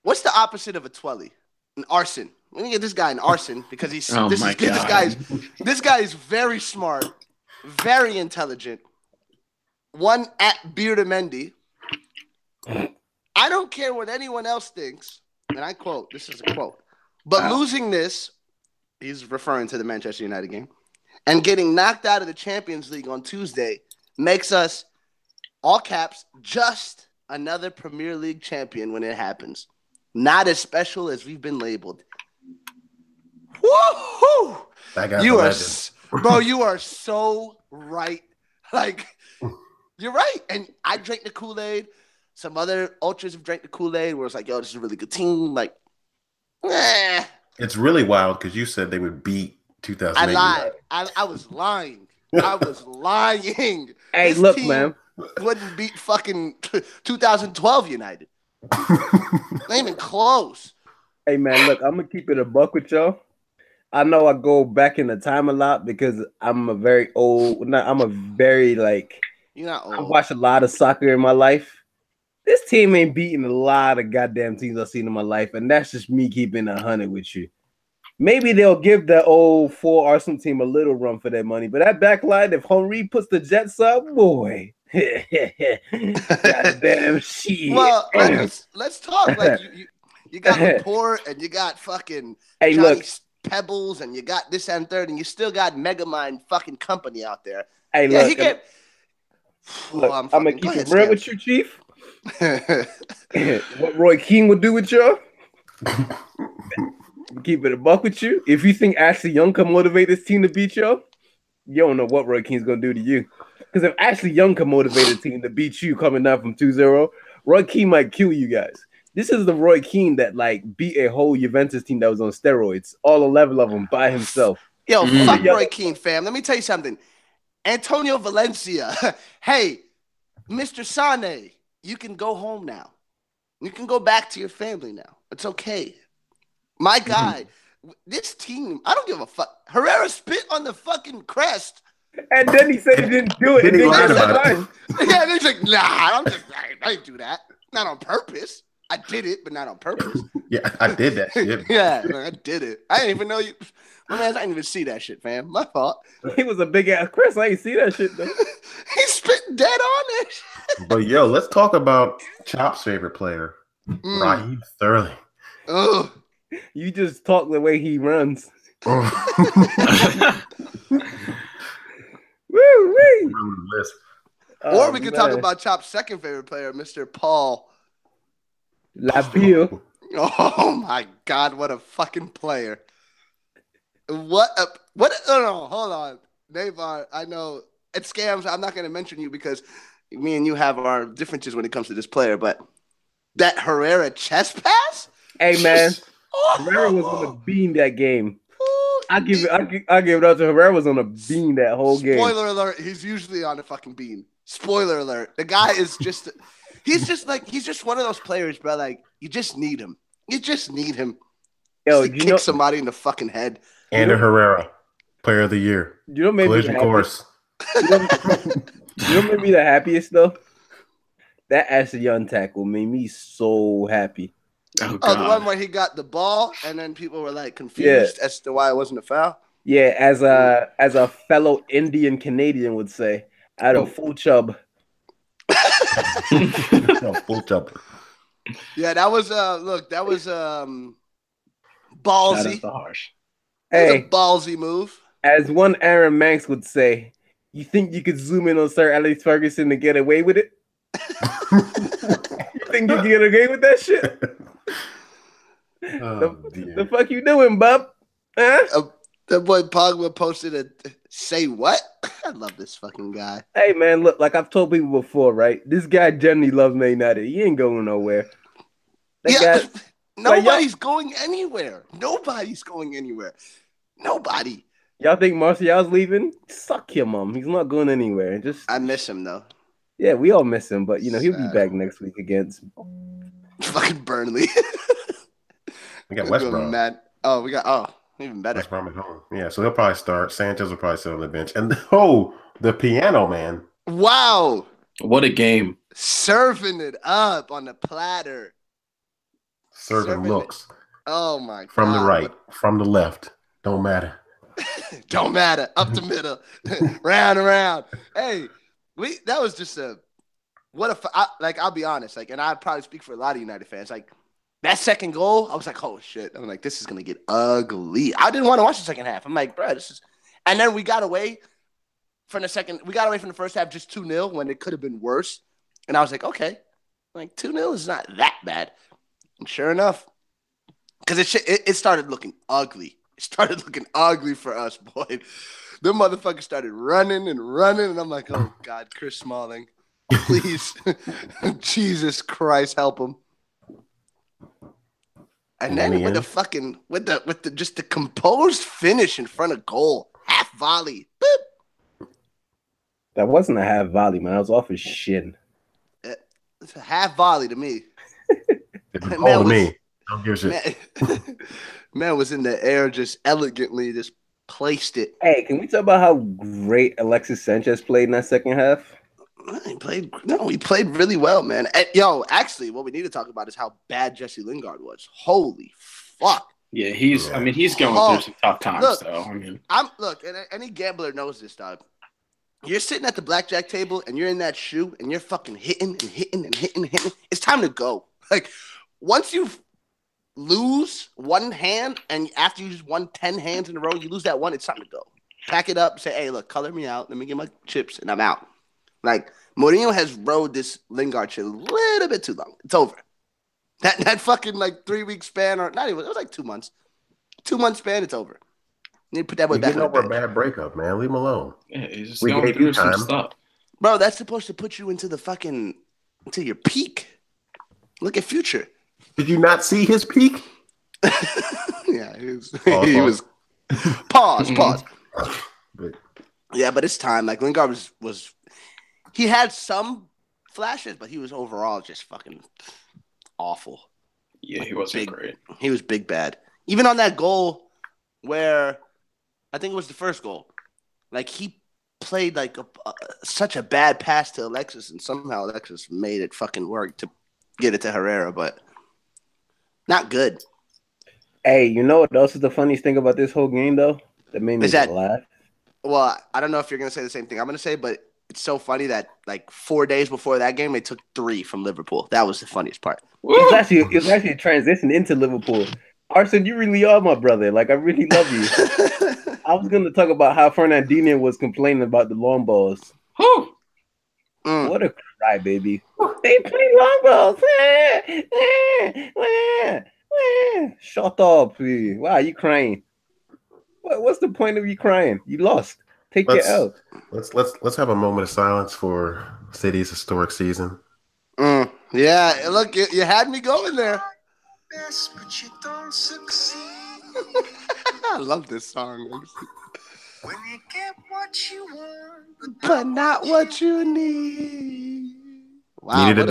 What's the opposite of a twelly? An arson. Let me get this guy an arson because he's Oh this, my is, this God. guy is this guy is very smart, very intelligent. One at Beardamendi. I don't care what anyone else thinks, and I quote. This is a quote. But Wow. losing this, he's referring to the Manchester United game, and getting knocked out of the Champions League on Tuesday makes us all caps, just another Premier League champion when it happens. Not as special as we've been labeled. Woohoo! That guy's You a are, legend. s- bro. You are so right. Like, you're right. And I drank the Kool Aid. Some other ultras have drank the Kool Aid, where it's like, yo, this is a really good team. Like, eh, It's really wild because you said they would beat I 2008. lied. I, I was lying. I was lying. Hey, This look, team- man. Wouldn't beat fucking 2012 United. Not even close. Hey, man, look, I'm gonna keep it a buck with y'all. I know I go back in the time a lot because I'm a very old. No, I'm a very like You're not I old. watched a lot of soccer in my life. This team ain't beating a lot of goddamn teams I've seen in my life, and that's just me keeping a hundred with you. Maybe they'll give the old four Arsenal team a little run for their money, but that back line, if Henry puts the Jets up, boy, goddamn shit. well, let's, let's talk. Like you, you, you got Laporte and you got fucking hey, Johnny look, Pebbles and you got this and third and you still got Megamind fucking company out there. hey, Yeah, look, he Oh, can. I'm gonna keep it real with you, Chief. you. what Roy Keane would do with y'all. Keep it a buck with you. If you think Ashley Young can motivate this team to beat y'all, you don't know what Roy Keane's gonna do to you. Because if Ashley Young can motivate a team to beat you coming down from 2-0, Roy Keane might kill you guys. This is the Roy Keane that like beat a whole Juventus team that was on steroids, all eleven of them by himself. Yo, Mm. fuck Yo. Roy Keane, fam. Let me tell you something. Antonio Valencia, hey, Mr. Sane, you can go home now. You can go back to your family now. It's okay. My guy, w- this team, I don't give a fuck. Herrera spit on the fucking crest. And then he said he didn't do it. Then And he then lied he said, about it. "Why?" yeah, they're like, nah, I'm just, I, I didn't do that. Not on purpose. I did it, but not on purpose. Yeah, I did that shit. yeah, man, I did it. I didn't even know you. My man, I didn't even see that shit, fam. My fault. He was a big ass Chris. I ain't see that shit though. he spit dead on it. But yo, let's talk about Chop's favorite player, Mm. Raheem Sterling. Ugh. You just talk the way he runs. Woo wee. Oh, or we could talk about Chop's second favorite player, Mr. Paul. Labille. Oh my God, what a fucking player! What a what? A, no, no, hold on, Navar. I know it scams. I'm not going to mention you because me and you have our differences when it comes to this player. But that Herrera chest pass, Hey man, oh, Herrera was on a beam that game. Ooh, I give it, I give, I give it up to Herrera was on a beam that whole game. Spoiler alert, he's usually on a fucking beam. Spoiler alert. The guy is just he's just like he's just one of those players, bro. Like you just need him. You just need him. Yo, just to you kick know, somebody in the fucking head. Ander Herrera, player of the year. you know, what made me Collision happy? course. You know, you know what made me the happiest though. That Ashley Young tackle made me so happy. Oh Oh, the one god. where he got the ball and then people were like confused as to why it wasn't a foul. Yeah, as a as a fellow Indian Canadian would say, out Oh. of full chub. no, full jump. Yeah, that was uh look, that was um Shout out ballsy. to Harsh. That was Hey, a ballsy move. as one Aaron Manx would say, You think you could zoom in on Sir Alex Ferguson and get away with it? you think you can get away with that shit? Oh, The fuck you doing, bub? Huh? That boy Pogba posted a say what? I love this fucking guy. Hey man, look, like I've told people before, right? This guy generally loves Man United. He ain't going nowhere. That yeah, guy, nobody's Like, going anywhere. Nobody's going anywhere. Nobody. y'all think Martial's leaving? Suck your mom. He's not going anywhere. Just I miss him though. yeah, we all miss him, but you know he'll be Sad. back next week against. Fucking Burnley. we got West Doing Brom. mad. Oh, we got oh, even better. West Brom at home. Yeah, so he'll probably start. Sanchez will probably sit on the bench. And oh, the piano man. Wow, What a game. serving it up on the platter. Serving Serving looks Oh my from god. the right, from the left. Don't matter. Don't matter. Up the middle, round and round. Hey, we that was just a what if I, like I'll be honest like, and I probably speak for a lot of United fans like. That second goal, I was like, "Oh shit!" I'm like, "This is gonna get ugly." I didn't want to watch the second half. I'm like, "Bro, this is," and then we got away from the second. We got away from the first half just two 0 when it could have been worse. And I was like, "Okay, like two 0 is not that bad." And sure enough, because it, shit- it it started looking ugly. It started looking ugly for us, boy. The motherfucker started running and running, and I'm like, oh god, Chris Smalling, please, Jesus Christ, help him. And then Money with the in. fucking with the with the just the composed finish in front of goal, half volley, boop. That wasn't a half volley, man. I was off his shin. It's a half volley to me. If you Man, call was- me, don't give a shit. Man, man was in the air, just elegantly just placed it. Hey, can we talk about how great Alexis Sanchez played in that second half? Man, He played no, he played really well, man. And, yo, actually, what we need to talk about is how bad Jesse Lingard was. Holy fuck! Yeah, he's. I mean, he's going Oh, through some tough times, look. though. I mean, I'm look, and any gambler knows this, dog. You're sitting at the blackjack table and you're in that shoe and you're fucking hitting and hitting and hitting and hitting. It's time to go. Like once you lose one hand and after you just won ten hands in a row, you lose that one. It's time to go. Pack it up. Say, hey, look, color me out. Let me get my chips and I'm out. Like Mourinho has rode this Lingard shit a little bit too long. It's over. That that fucking like three week span or not even it was like two months. Two month span. It's over. You need to put that boy You're back. getting on the over a bench. bad breakup, man. Leave him alone. yeah, he's just We going gave through you some time. stuff. Bro, that's supposed to put you into the fucking into your peak. Look at future. Did you not see his peak? yeah, he was. he Pause, was. Pause. pause. Pause. But Yeah, but it's time. Like Lingard was was. He had some flashes, but he was overall just fucking awful. Yeah, he wasn't Big- great. He was big bad. Even on that goal where I think it was the first goal. Like he played like a, a- such a bad pass to Alexis and somehow Alexis made it fucking work to get it to Herrera, but not good. Hey, you know what else is the funniest thing about this whole game though? That made me Is that- laugh. Well, I don't know if you're going to say the same thing I'm going to say, but it's so funny that like 4 days before that game they took 3 from Liverpool. That was the funniest part. It was actually it was actually a transition into Liverpool. Arson, you really are my brother. Like I really love you. I was gonna talk about how Fernandinho was complaining about the long balls. Whew. Mm. What a crybaby. They play long balls. Eh, eh, eh, eh. Shut up, please. Why are you crying? What, what's the point of you crying? You lost. Take your Let's- L. let's let's let's have a moment of silence for City's historic season. Mm. Yeah, look, you, you had me going there. but you don't succeed. I love this song. When you get what you want, but not what you need. Needed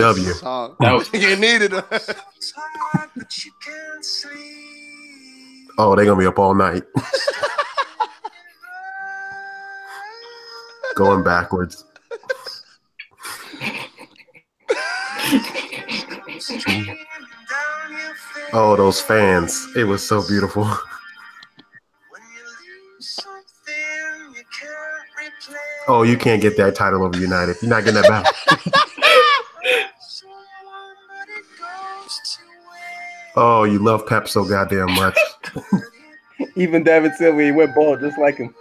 what a W. song. That was- you needed a. it's hard, but you can't sleep. Oh, they're gonna be up all night, going backwards. Oh, those fans! It was so beautiful. When you lose something you can't replace. Oh, you can't get that title over United. You're not getting that back. Someone, but it goes to waste. Oh, you love Pep so goddamn much. Even David Silva, he went bald just like him.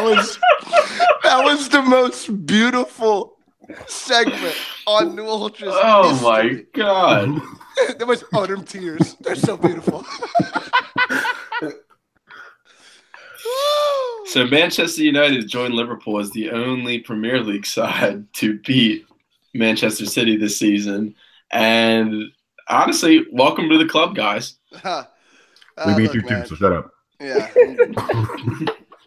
was that was the most beautiful segment on New Ultras. Oh history. my god. there was oh them tears. They're so beautiful. So Manchester United joined Liverpool as the only Premier League side to beat Manchester City this season. And honestly, welcome to the club, guys. Huh. we Uh, beat look, you man. too, so shut up. Yeah.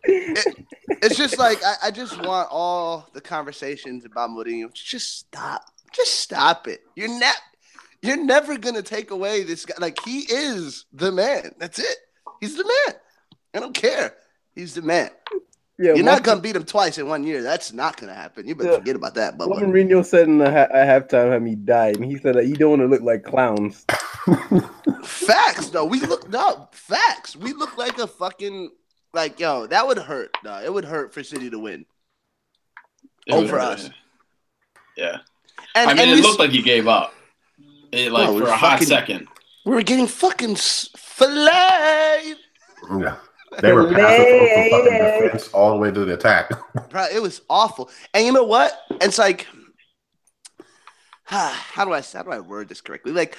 It- it's just like I, I just want all the conversations about Mourinho. to Just stop. Just stop it. You're not. You're never gonna take away this guy. Like he is the man. That's it. He's the man. I don't care. He's the man. Yeah, You're one- not gonna beat him twice in one year. That's not gonna happen. You better Yeah. forget about that. But What Mourinho said in the ha- at halftime had me dying. He said that you don't want to look like clowns. facts, though, we looked up facts. We look like a fucking like yo. That would hurt. Nah, it would hurt for City to win. It was- Over us. Yeah. And, I mean, and it we, looked like you gave up. It, like No, we for a hot fucking- second. we were getting fucking s- filleted. Yeah. They were passive from fucking defense all the way to the attack. Bro, it was awful. And you know what? It's like, how do I how do I word this correctly? Like,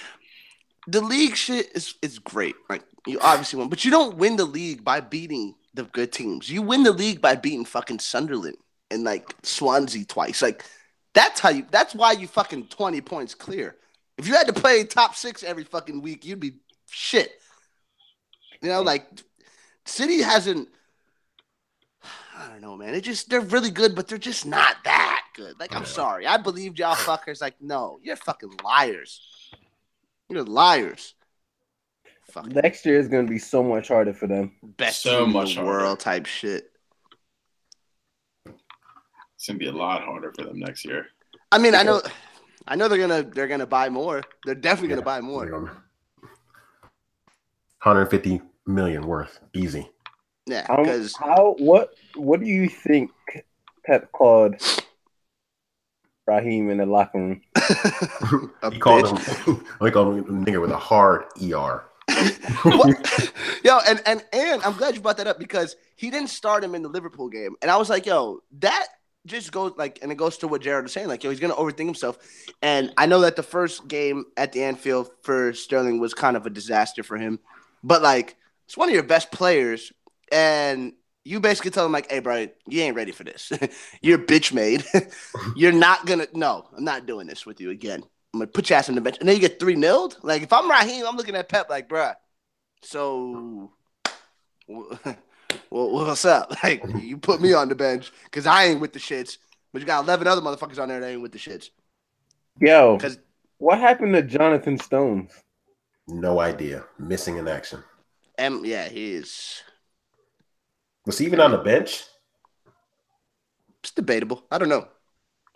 the league shit is is great. Like, you obviously won, but you don't win the league by beating the good teams. You win the league by beating fucking Sunderland and like Swansea twice. Like, that's how you. That's why you fucking twenty points clear. If you had to play top six every fucking week, you'd be shit. You know, like City hasn't. I don't know, man. It just they're really good, but they're just not that good. Like, I'm sorry, I believed y'all fuckers. Like, no, you're fucking liars. You're liars. Fucking Next year is going to be so much harder for them. best So team in much the harder. world type shit. It's gonna be a lot harder for them next year. I mean, I know, I know they're gonna they're gonna buy more. They're definitely gonna buy more. 150 million worth. Easy. Yeah, How, because how what what do you think Pep called Raheem in the locker room? a He called bitch. him he called him a nigga with a hard ER. What? yo, and and and I'm glad you brought that up because he didn't start him in the Liverpool game, and I was like, yo, that just goes like, and it goes to what Jared was saying, like, yo, he's gonna overthink himself, and I know that the first game at the Anfield for Sterling was kind of a disaster for him, but like, it's one of your best players, and you basically tell him like, hey, bro, you ain't ready for this. You're bitch made. You're not gonna. No, I'm not doing this with you again. I'm gonna put your ass on the bench, and then you get three nilled. Like if I'm Raheem, I'm looking at Pep like, bruh. So, wh- well, what's up? Like, you put me on the bench because I ain't with the shits, but you got 11 other motherfuckers on there that ain't with the shits. Yo, 'Cause- what happened to Jonathan Stones? No idea. Missing in action. And yeah, he is. Was he even on the bench? It's debatable. I don't know.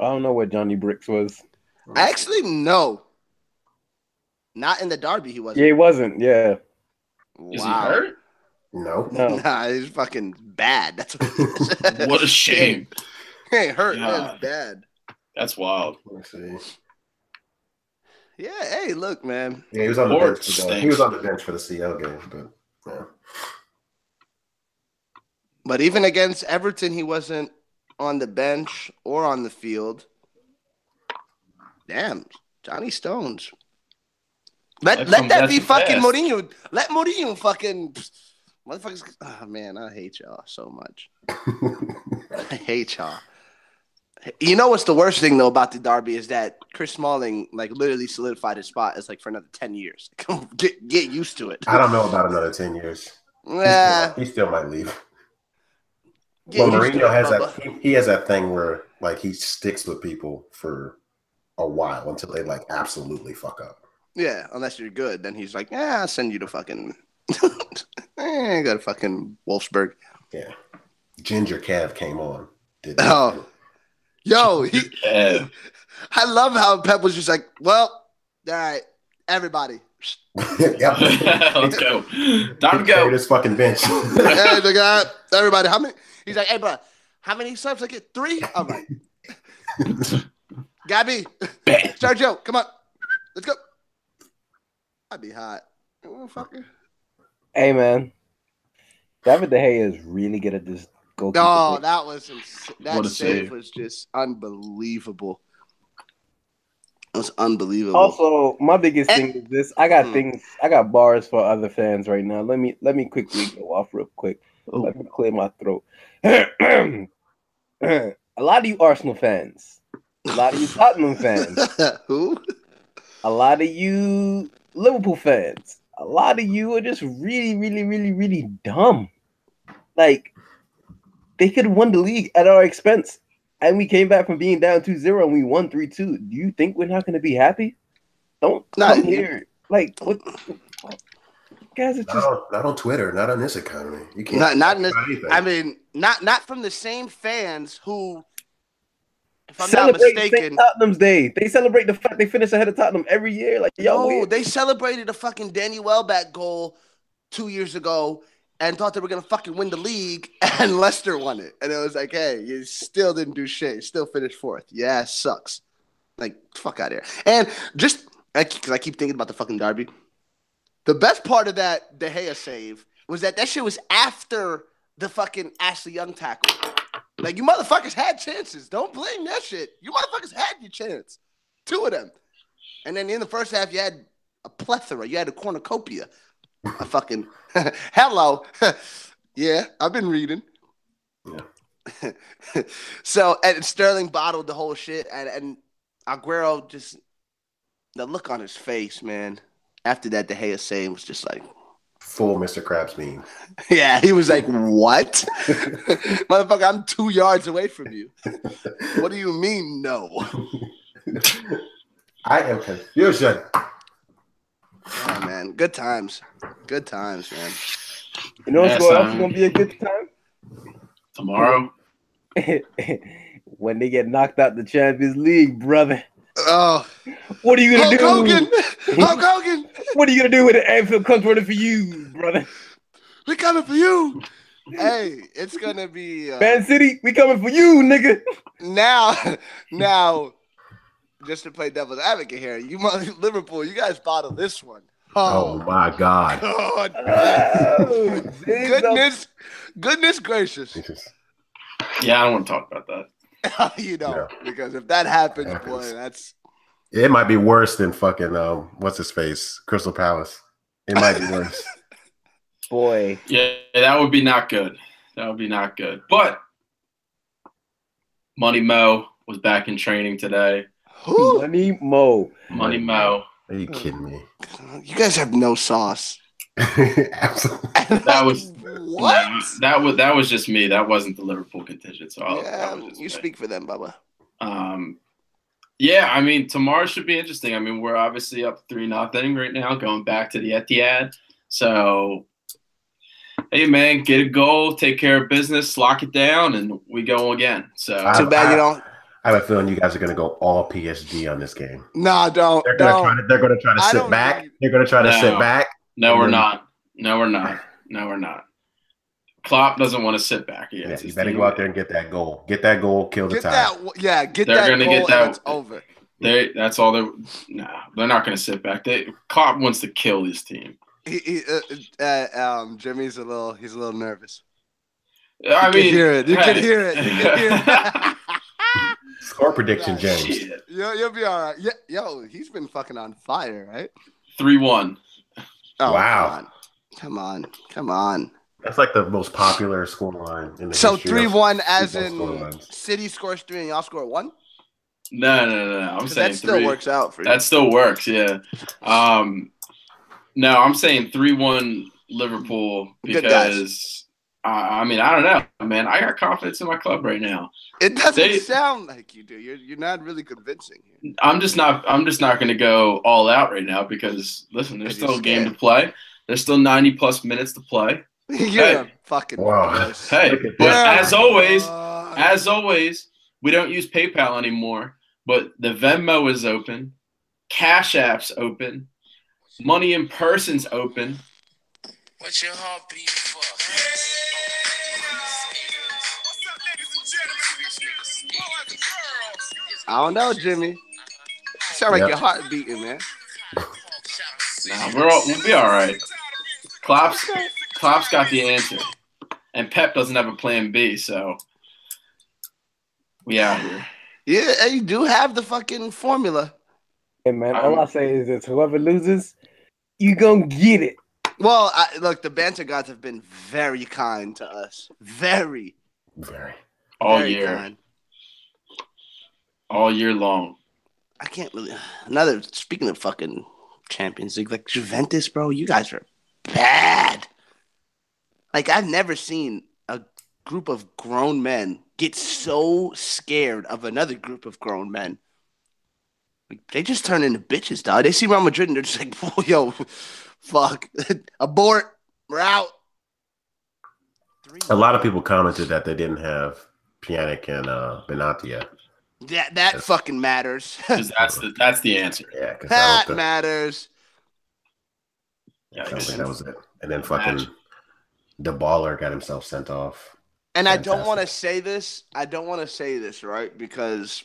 I don't know where Johnny Bricks was. Actually, no. Not in the derby, he wasn't. Yeah, he wasn't. Yeah, Is Wow. he hurt? No. no. Nah, he's fucking bad. That's what, he is. What a shame. he ain't hurt. God. That's bad. That's wild. Let's see. Yeah. Hey, look, man. Yeah, he was on the Lord bench. For the, he stinks. was on the bench for the CL game, but yeah. But even against Everton, he wasn't on the bench or on the field. Damn, Johnny Stones. Let That's let some- that that's be some fucking fast. Mourinho. Let Mourinho fucking motherfuckers. Oh man, I hate y'all so much. I hate y'all. You know what's the worst thing though about the derby is that Chris Smalling like literally solidified his spot as like for another ten years. get get used to it. I don't know about another ten years. He still- Yeah, he still might leave. get well, used to Mourinho it, has Bubba. that. He, he has that thing where like he sticks with people for a while until they like absolutely fuck up. Yeah, unless you're good, then he's like, yeah, I'll send you to fucking, eh, go to fucking Wolfsburg. Yeah. Ginger Cav came on. Did Oh, yo, he, Yeah. I love how Pep was just like, well, all right, everybody, yep. Let's go. Time to He carried go. his fucking bench. hey, they got everybody. How many? He's like, hey, bro, how many subs I get? Three. All right, Gabby, Bet. Sergio, come on, let's go. I'd be hot, motherfucker. Hey man, David De Gea is really good at this Go No, Oh, that was ins- that What a save, save. was just unbelievable. It was unbelievable. Also, my biggest thing is this: I got things, I got bars for other fans right now. Let me let me quickly go off real quick. Let me clear my throat. a lot of you Arsenal fans, a lot of you Tottenham fans, who? A lot of you Liverpool fans. A lot of you are just really, really, really, really dumb. Like they could have won the league at our expense. And we came back from being down 2-0 and we won 3-2. Do you think we're not gonna be happy? Don't come here. Like what guys Not, on, not on Twitter, not on this economy. You can't. Not, not in this, about anything. I mean, not not from the same fans who, if I'm not celebrate mistaken, St. Tottenham's Day. They celebrate the fact they finish ahead of Tottenham every year. Like yo, no, weird. they celebrated a fucking Danny Welbeck goal two years ago and thought they were gonna fucking win the league, and Leicester won it. And it was like, hey, you still didn't do shit. You still finished fourth. Yeah, it sucks. Like fuck out of here. And just I keep, 'cause I keep thinking about the fucking derby. The best part of that De Gea save was that that shit was after the fucking Ashley Young tackle. Like you motherfuckers had chances. Don't blame that shit. You motherfuckers had your chance. Two of them. And then in the first half, you had a plethora. You had a cornucopia. A fucking hello. yeah, I've been reading. so and Sterling bottled the whole shit, and and Aguero just the look on his face, man. After that, the Gea saying was just like, Full Mr. Krabs meme. yeah, he was like, what? Motherfucker, I'm two yards away from you. what do you mean, no? I am confusion. Oh, man, good times. Good times, man. You know what's Yes, going on? um, It's gonna be a good time Tomorrow? when they get knocked out the Champions League, brother. Oh, what are you gonna Hulk do? Hogan! Hulk Hogan! What are you gonna do when the Anfield comes running for you, brother? We coming for you. Hey, it's gonna be uh, Man City, we coming for you, nigga. now. Now, just to play devil's advocate here, you mo- Liverpool, you guys bottled this one. Oh, Oh, my God. God. Oh, goodness, goodness gracious. Yeah, I don't want to talk about that. you know, because if that happens, boy, that's It might be worse than fucking um, what's his face, Crystal Palace. It might be worse. Boy. Yeah, that would be not good. That would be not good. But Money Mo was back in training today. Money Mo. Money Mo. Are you kidding me? you guys have no sauce. That was what? that was that was just me. That wasn't the Liverpool contingent. So I'll, yeah. that was just You speak for them, Bubba. Um, yeah, I mean tomorrow should be interesting. I mean we're obviously up three nothing right now, going back to the Etihad. So, hey man, get a goal, take care of business, lock it down, and we go again. So Too bad you don't. I have a feeling you guys are going to go all PSG on this game. Nah, don't. They're going to don't. try to. They're going to try to I sit don't back. They're going to try to sit back. No, and we're then- not. No, we're not. No, we're not. Klopp doesn't want to sit back. Yeah, You better go out there and get that goal. Get that goal. Kill the Get tie. that. Yeah, get They're that gonna goal get that- and it's over. They that's all they nah, they're not gonna sit back. They Klopp wants to kill his team. He, he, uh, uh, um, Jimmy's a little. He's a little nervous. I you mean can hear it. You can hey. hear it. You can hear it. Score prediction, James. Yo, you'll be all right. Yeah, yo, he's been fucking on fire, right? Three one. Oh, wow. Come on, come on. That's like the most popular scoreline in the So history of three one, as football in scorelines. City scores three and y'all score one. No, no, no, no. I'm 'Cause saying that still three. works out for you. That still works, yeah. Um, no, I'm saying three one Liverpool Good guys. because I, I mean I don't know, man. I got confidence in my club right now. It doesn't They- sound like you do. You're you're not really convincing. I'm just not. I'm just not going to go all out right now because listen, there's still a game to play. There's still 90 plus minutes to play. You're Hey. a fucking. Hey, but as always, as always, we don't use PayPal anymore. But the Venmo is open, Cash App's open, Money in Person's open. What's your heart beating for? What's up, ladies and gentlemen? Boys and girls. I don't know, Jimmy. You sound like Yep. your heart beating, man. Nah, we're all, we'll be all right. Klopp's Klopp's got the answer, and Pep doesn't have a plan B, so we out here. Yeah, and you do have the fucking formula. Hey man, all I say is this: whoever loses, you gonna get it. Well, I, look, the banter gods have been very kind to us. Very, Very. All very year, kind. all year long. I can't really. Another speaking of fucking Champions League, like Juventus, bro, you guys are bad. Like I've never seen a group of grown men get so scared of another group of grown men. Like, they just turn into bitches, dog. They see Real Madrid and they're just like, "Whoa, yo, fuck, abort, we're out." Three. A lot of people commented that they didn't have Pjanic and uh, Benatti yet. That that fucking matters. 'Cause that's the that's the answer. Yeah, because I that don't think, matters. I don't think Yikes. that was it. And then fucking the baller got himself sent off. And I don't Fantastic. want to say this. I don't want to say this, right? Because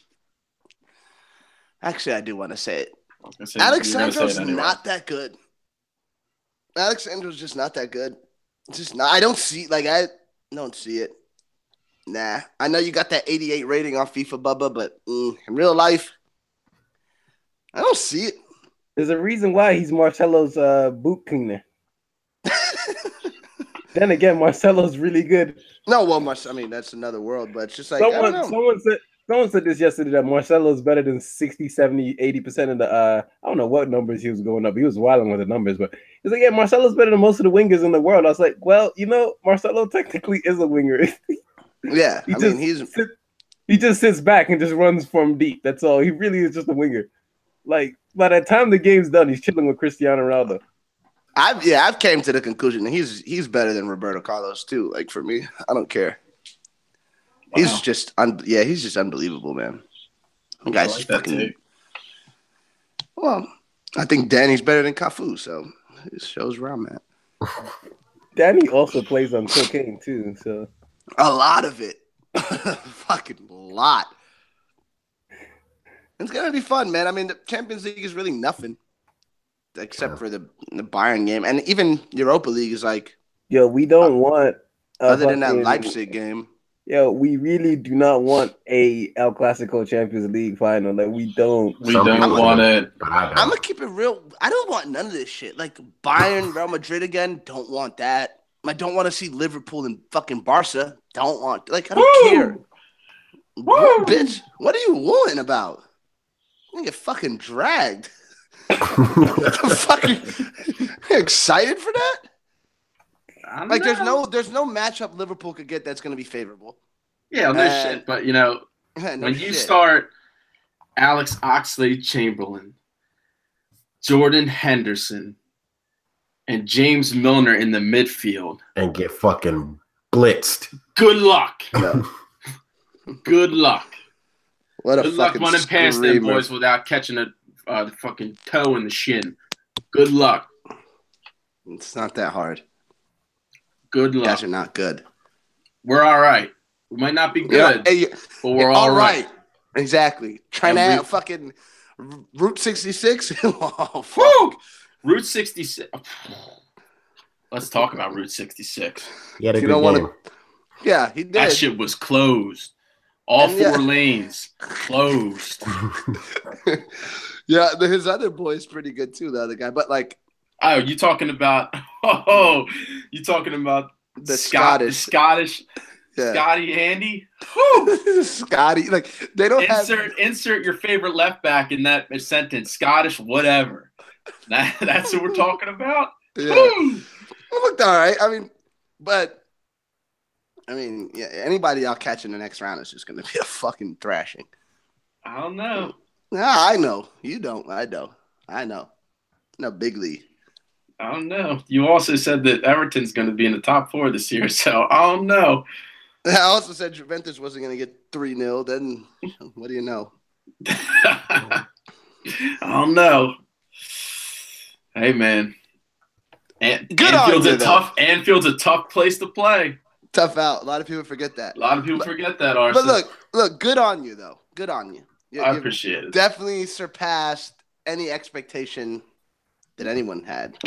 actually, I do want to say it. I was gonna say, you're gonna Alexandro's say it anyway. not that good. Alexandro's just not that good. It's Just not. I don't see like I don't see it. Nah, I know you got that 88 rating on FIFA, Bubba, but mm, in real life, I don't see it. There's a reason why he's Marcelo's uh, boot cleaner. then again, Marcelo's really good. No, well, much. I mean, that's another world, but it's just like I don't someone, know. someone said. Someone said this yesterday that Marcelo's better than 60, 70, 80% of the uh I don't know what numbers he was going up. He was wilding with the numbers, but he's like, Yeah, Marcelo's better than most of the wingers in the world. I was like, Well, you know, Marcelo technically is a winger. yeah, He I just- mean, he's sit- he just sits back and just runs from deep. That's all. He really is just a winger. Like by the time the game's done, he's chilling with Cristiano Ronaldo. I've yeah, I've came to the conclusion that he's he's better than Roberto Carlos too. Like for me, I don't care. Wow. He's just un- yeah, he's just unbelievable, man. You I guys like that fucking too. well. I think Danny's better than Cafu, so it shows where I'm at. Danny also plays on cocaine too. So A lot of it, fucking lot. It's gonna be fun, man. I mean, the Champions League is really nothing except Yeah. for the the Bayern game, and even Europa League is like yo, we don't want a Uh, other than that Uh, fucking- Leipzig game. Yo, we really do not want a El Clasico Champions League final. Like we don't. We Some don't people- want it. But I don't. I'm gonna keep it real. I don't want none of this shit. Like Bayern, Real Madrid again. Don't want that. I don't want to see Liverpool and fucking Barca. Don't want. Like I don't care. Woo! Bitch, what are you wooing about? You gonna get fucking dragged. the fuck? you- you excited for that? Like there's no there's no matchup Liverpool could get that's gonna be favorable. Yeah, no Uh, shit. But you know, No when you shit. start Alex Oxley Chamberlain, Jordan Henderson, and James Milner in the midfield, and get fucking blitzed. good luck. No. Good luck. what a Good luck fucking running past them screamer. boys without catching a uh, the fucking toe in the shin. Good luck. It's not that hard. Good You luck. guys are not good. We're all right. We might not be Yeah, good, hey, you- but we're Yeah, all right. Exactly. Trying to And we- have fucking R- Route 66. oh, fuck. Woo! Route 66. Let's talk about Route 66. He had a You good don't wanna- game. Yeah, he did. That shit was closed. All And yeah. four lanes closed. yeah, the- his other boy is pretty good too, the other guy. But like Oh, you talking about? Oh, you talking about the Scot- the Scottish. Scottish, Yeah. Scotty Handy? Whew! Scotty. Like they don't have insert insert your favorite left back in that sentence. Scottish, whatever. That, that's what we're talking about. yeah. Whew! It looked all right. I mean, but I mean, yeah, anybody y'all catch in the next round is just gonna be a fucking thrashing. I don't know. Nah, I know. You don't. I know. I know. No big league. I don't know. You also said that Everton's going to be in the top four this year, so I don't know. I also said Juventus wasn't going to get 3 0. Then what do you know? I don't know. Hey, man. An- Good on Anfield's you, a though. tough. Anfield's a tough place to play. Tough out. A lot of people forget that. A lot of people But- forget that. Arson. But look, look, good on you, though. Good on you. you I you've appreciate it. definitely surpassed any expectation that anyone had.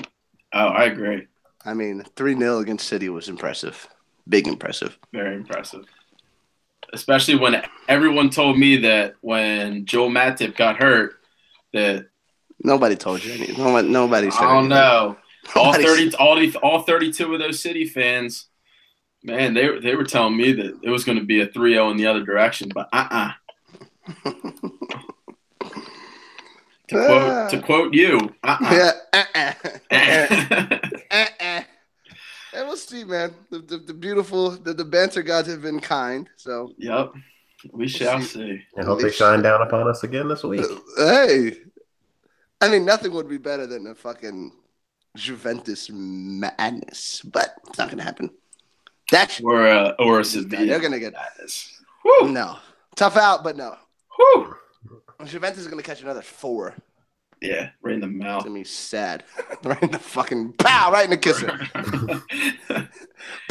oh, I agree. I mean, 3 0 against City was impressive. Big impressive. Very impressive. Especially when everyone told me that when Joe Matip got hurt, that Nobody told you anything. No one, nobody said I don't anything. know. Oh, All Nobody thirty, all the, all thirty-two of those City fans, man, they they were telling me that it was going to be a 3-0 in the other direction, but uh-uh. to quote to quote you, uh-uh. Yeah, uh-uh. uh-uh. And we'll see, man. The, the, the beautiful, the, the banter gods have been kind. So, yep, we shall see. And hope they shine down upon us again this week. Uh, hey, I mean, nothing would be better than a fucking Juventus madness, but it's not gonna happen. That's Or uh, or a they're Sevilla. gonna get Woo, no tough out, but no. woo. Juventus is gonna catch another four. Yeah, right in the It's mouth. gonna be sad. right in the fucking pow, right in the kisser,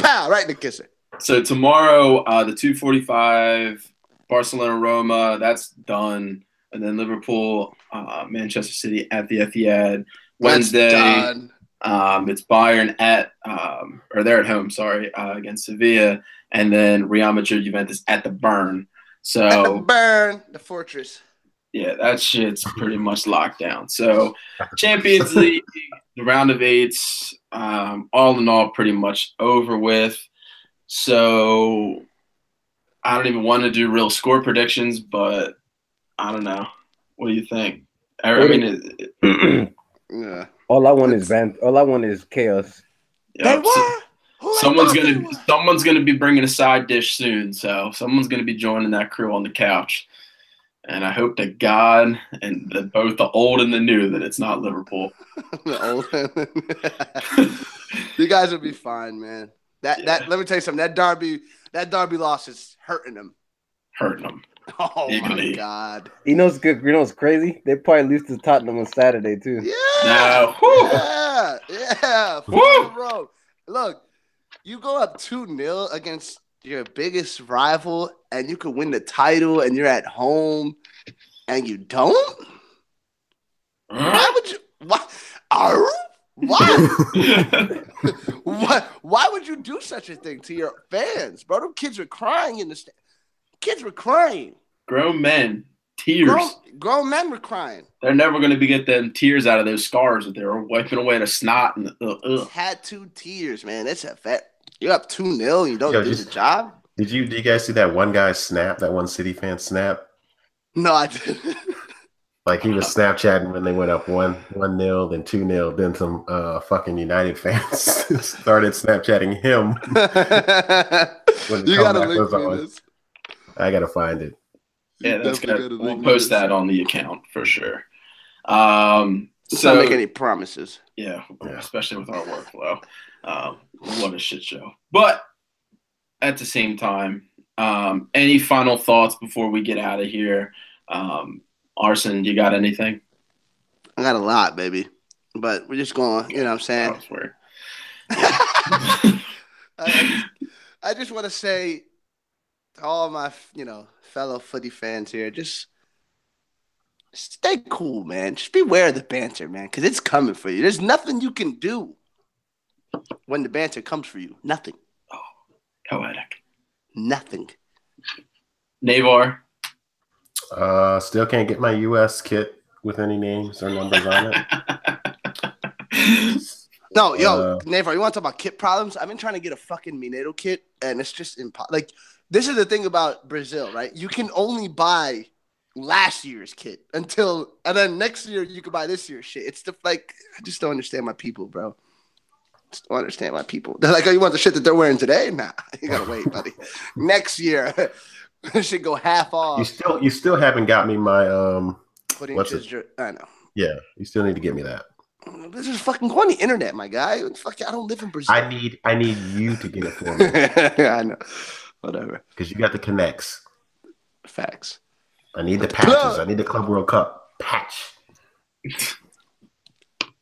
pow, right in the kisser. So tomorrow, uh, the two forty five, Barcelona Roma, that's done, and then Liverpool, uh, Manchester City at the Etihad. Wednesday, That's done. um, it's Bayern at um, or they're at home, sorry, uh, against Sevilla, and then Real Madrid Juventus at the Burn. At the So burn the fortress. yeah, that shit's pretty much locked down. So Champions League, the round of eights, um, all in all, pretty much over with. So I don't even want to do real score predictions, but I don't know. What do you think? I, I mean, it, it- Yeah. All I want is van- all I want is chaos. you know, someone's gonna someone's gonna be bringing a side dish soon, so someone's gonna be joining that crew on the couch. And I hope to God and the, both the old and the new that it's not Liverpool. you guys will be fine, man. That that let me tell you something. That Derby that Derby loss is hurting them. hurting them. Oh my Equally. god. You know, it's good. You know, it's crazy. They probably lose to Tottenham on Saturday too. Yeah. Now, whew. Yeah. Yeah. Four Woo! in a row. Look, you go up 2 0 against your biggest rival and you could win the title and you're at home and you don't? Why would you why Arr? why? Why, why would you do such a thing to your fans, bro? Them kids were crying in the sta- kids were crying. Grown men, tears. Grown, grown men were crying. They're never going to be get them tears out of those scars that they're wiping away the snot and the uh, uh. Tattooed tears, man. That's a fat. You're up two 0 You don't Yo, do just- the job. Did you do you guys see that one guy snap, that one City fan snap? No, I didn't. Like he was Snapchatting when they went up one one nil, then two nil, then some uh fucking United fans started Snapchatting him. When the you gotta comeback link was me on. this. I gotta find it. yeah. That's Definitely gonna, gotta we'll link me post this. that on the account for sure. Um, Let's so not make any promises. yeah, Yeah. especially with our workflow. Um, what a shit show. But at the same time, um, any final thoughts before we get out of here? Um, Arson, you got anything? I got a lot, baby, but we're just going. You know what I'm saying? That was weird. I, I just want to say to all my, you know, fellow footy fans here, just stay cool, man. Just beware of the banter, man, because it's coming for you. There's nothing you can do when the banter comes for you. Nothing. Poetic. Nothing. Navar. Uh still can't get my US kit with any names or numbers on it. No, yo, Uh. Navar, you want to talk about kit problems? I've been trying to get a fucking Mineiro kit, and it's just impossible. Like, this is the thing about Brazil, right? You can only buy last year's kit until, and then next year you can buy this year's shit. It's the like, I just don't understand my people, bro. Just don't understand my people. They're like, oh, you want the shit that they're wearing today? Nah, you gotta wait, buddy. next year, this should go half You off. still you still haven't got me my um Putting what's it? just your- I know. yeah, you still need to get me that. This is fucking go on the internet, my guy. Fuck, I don't live in Brazil. I need I need you to get it for me I know. Whatever. because you got the connects. Facts. I need the patches. I need the Club World Cup patch.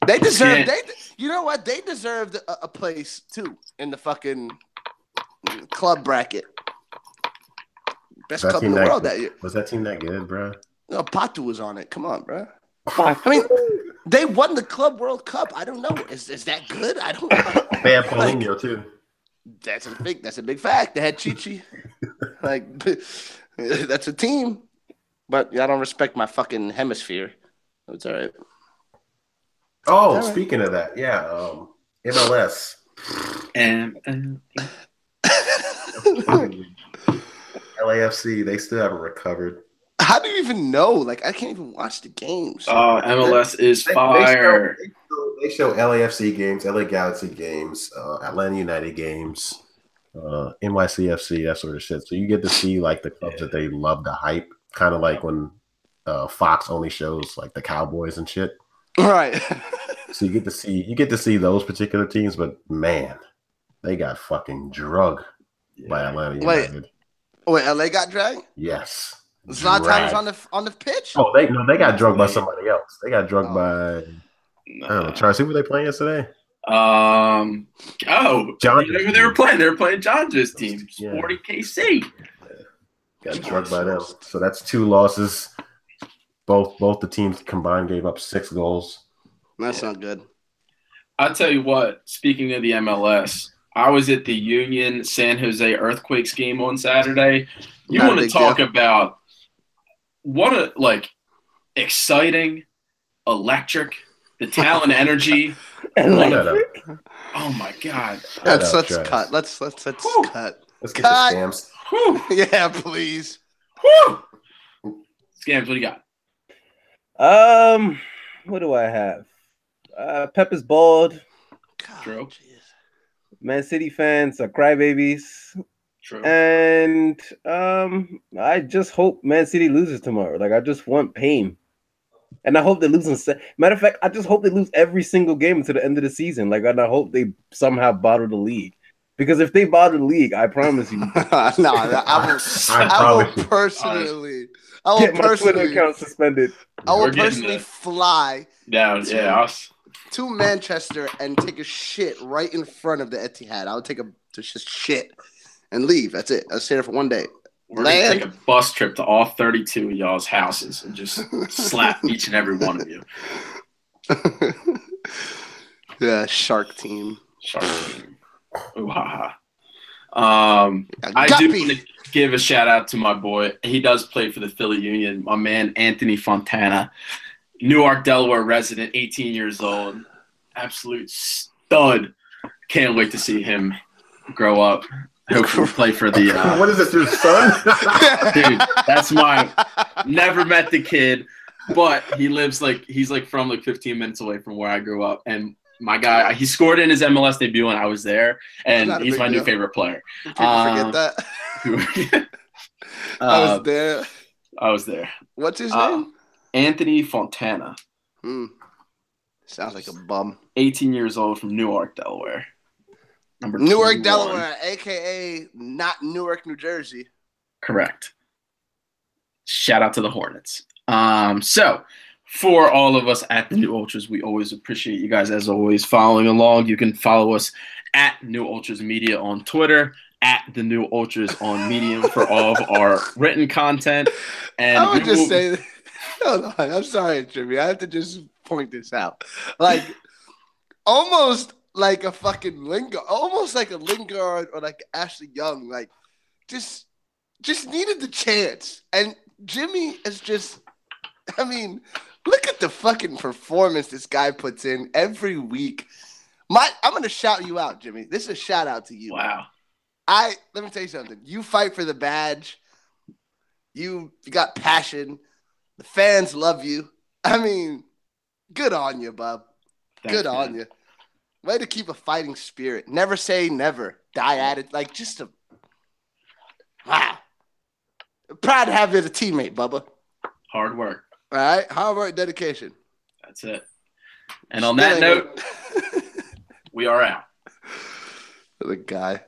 They deserve. Yeah. They. You know what? They deserved a, a place too in the fucking club bracket. Best That club team in the that world good? that year. Was that team that good, bro? No, Patu was on it. Come on, bro. I mean, they won the Club World Cup. I don't know. Is is that good? I don't. know. They had Paulinho too. That's a big. That's a big fact. They had Chichi. like, that's a team. But y'all don't respect my fucking hemisphere. It's all right. Oh, Alright. speaking of that, yeah, um, MLS. And, and LAFC, they still haven't recovered. How do you even know? Like, I can't even watch the games. uh, MLS is They- they fire. They show LAFC games, LA Galaxy games, uh, Atlanta United games, uh, NYCFC, that sort of shit. So you get to see like the clubs that they love to hype, kind of like when uh, Fox only shows like the Cowboys and shit. right. So you get to see you get to see those particular teams, but man, they got fucking drug by Atlanta Wait. United. Wait, LA got dragged. Yes. Zlatan is Drag. on the on the pitch. Oh, they no, they got drugged by somebody else. They got drugged Oh. by I don't know, Charles. Who were they playing yesterday? Um, oh, John- you know who they were playing. They were playing John's team, Yeah. Sporting KC. Got drugged by them. So that's two losses. Both both the teams combined gave up six goals. That's not good. I tell you what. Speaking of the MLS, I was at the Union San Jose Earthquakes game on Saturday. You Not a want to big talk deal. about what a like exciting, electric, the talent energy. Shut up. Oh my god! Shut Let's up, let's Travis. cut. Let's let's let's Whew. cut. Let's get the Cut. stamps. Whew, yeah, please. whew. Scams, what do you got? Um, what do I have? Uh, Pepper's bald. God, True. jeez. Man City fans are crybabies. True. And um, I just hope Man City loses tomorrow. Like I just want pain, and I hope they lose. In se- Matter of fact, I just hope they lose every single game until the end of the season. Like and I hope they somehow bottle the league, because if they bottle the league, I promise you, no, I will. I I promise will you. personally. I will get my Twitter Oh, personally. account suspended. I will We're getting personally there. fly Yeah, yeah. I was- to Manchester and take a shit right in front of the Etihad. I would take a just shit and leave. That's it. I'll stay there for one day. We're gonna Land. take a bus trip to all 32 of y'all's houses and just slap each and every one of you. yeah, shark team. Shark team. Ooh, ha, ha. Um, I do Guppy. want to give a shout out to my boy. He does play for the Philly Union. My man Anthony Fontana, Newark, Delaware resident, 18 years old, absolute stud. Can't wait to see him grow up. Hopefully, play for the. Uh, What is this, your son? dude that's my never met the kid but he lives like he's like from like 15 minutes away from where i grew up and my guy he scored in his mls debut and i was there and Not a he's big my new deal. favorite player People Uh, forget that. I Uh, was there. I was there What's his uh, name? anthony fontana Hmm. Sounds like a bum. 18 years old from newark delaware Number 21. Newark, Delaware, aka not Newark, New Jersey. Correct. Shout out to the Hornets. Um, so for all of us at the New Ultras, we always appreciate you guys as always following along. You can follow us at New Ultras Media on Twitter, at the New Ultras on Medium for all of our written content. And I would we just will- say, hold on, I'm sorry, Jimmy. I have to just point this out. Like, almost like a fucking Lingard, almost like a Lingard or like Ashley Young. Like, just, just needed the chance. And Jimmy is just, I mean, look at the fucking performance this guy puts in every week. My, I'm gonna shout you out, Jimmy. This is a shout out to you. wow. I let me tell you something. You fight for the badge. You you got passion. The fans love you. I mean, good on you, bub. Thanks, good on man. you. Way to keep a fighting spirit. Never say never. Die at it. Like just a wow. Proud to have you as a teammate, Bubba. All Hard work. right, hard work, dedication. That's it. And on that Still note, ain't- we are out. the guy.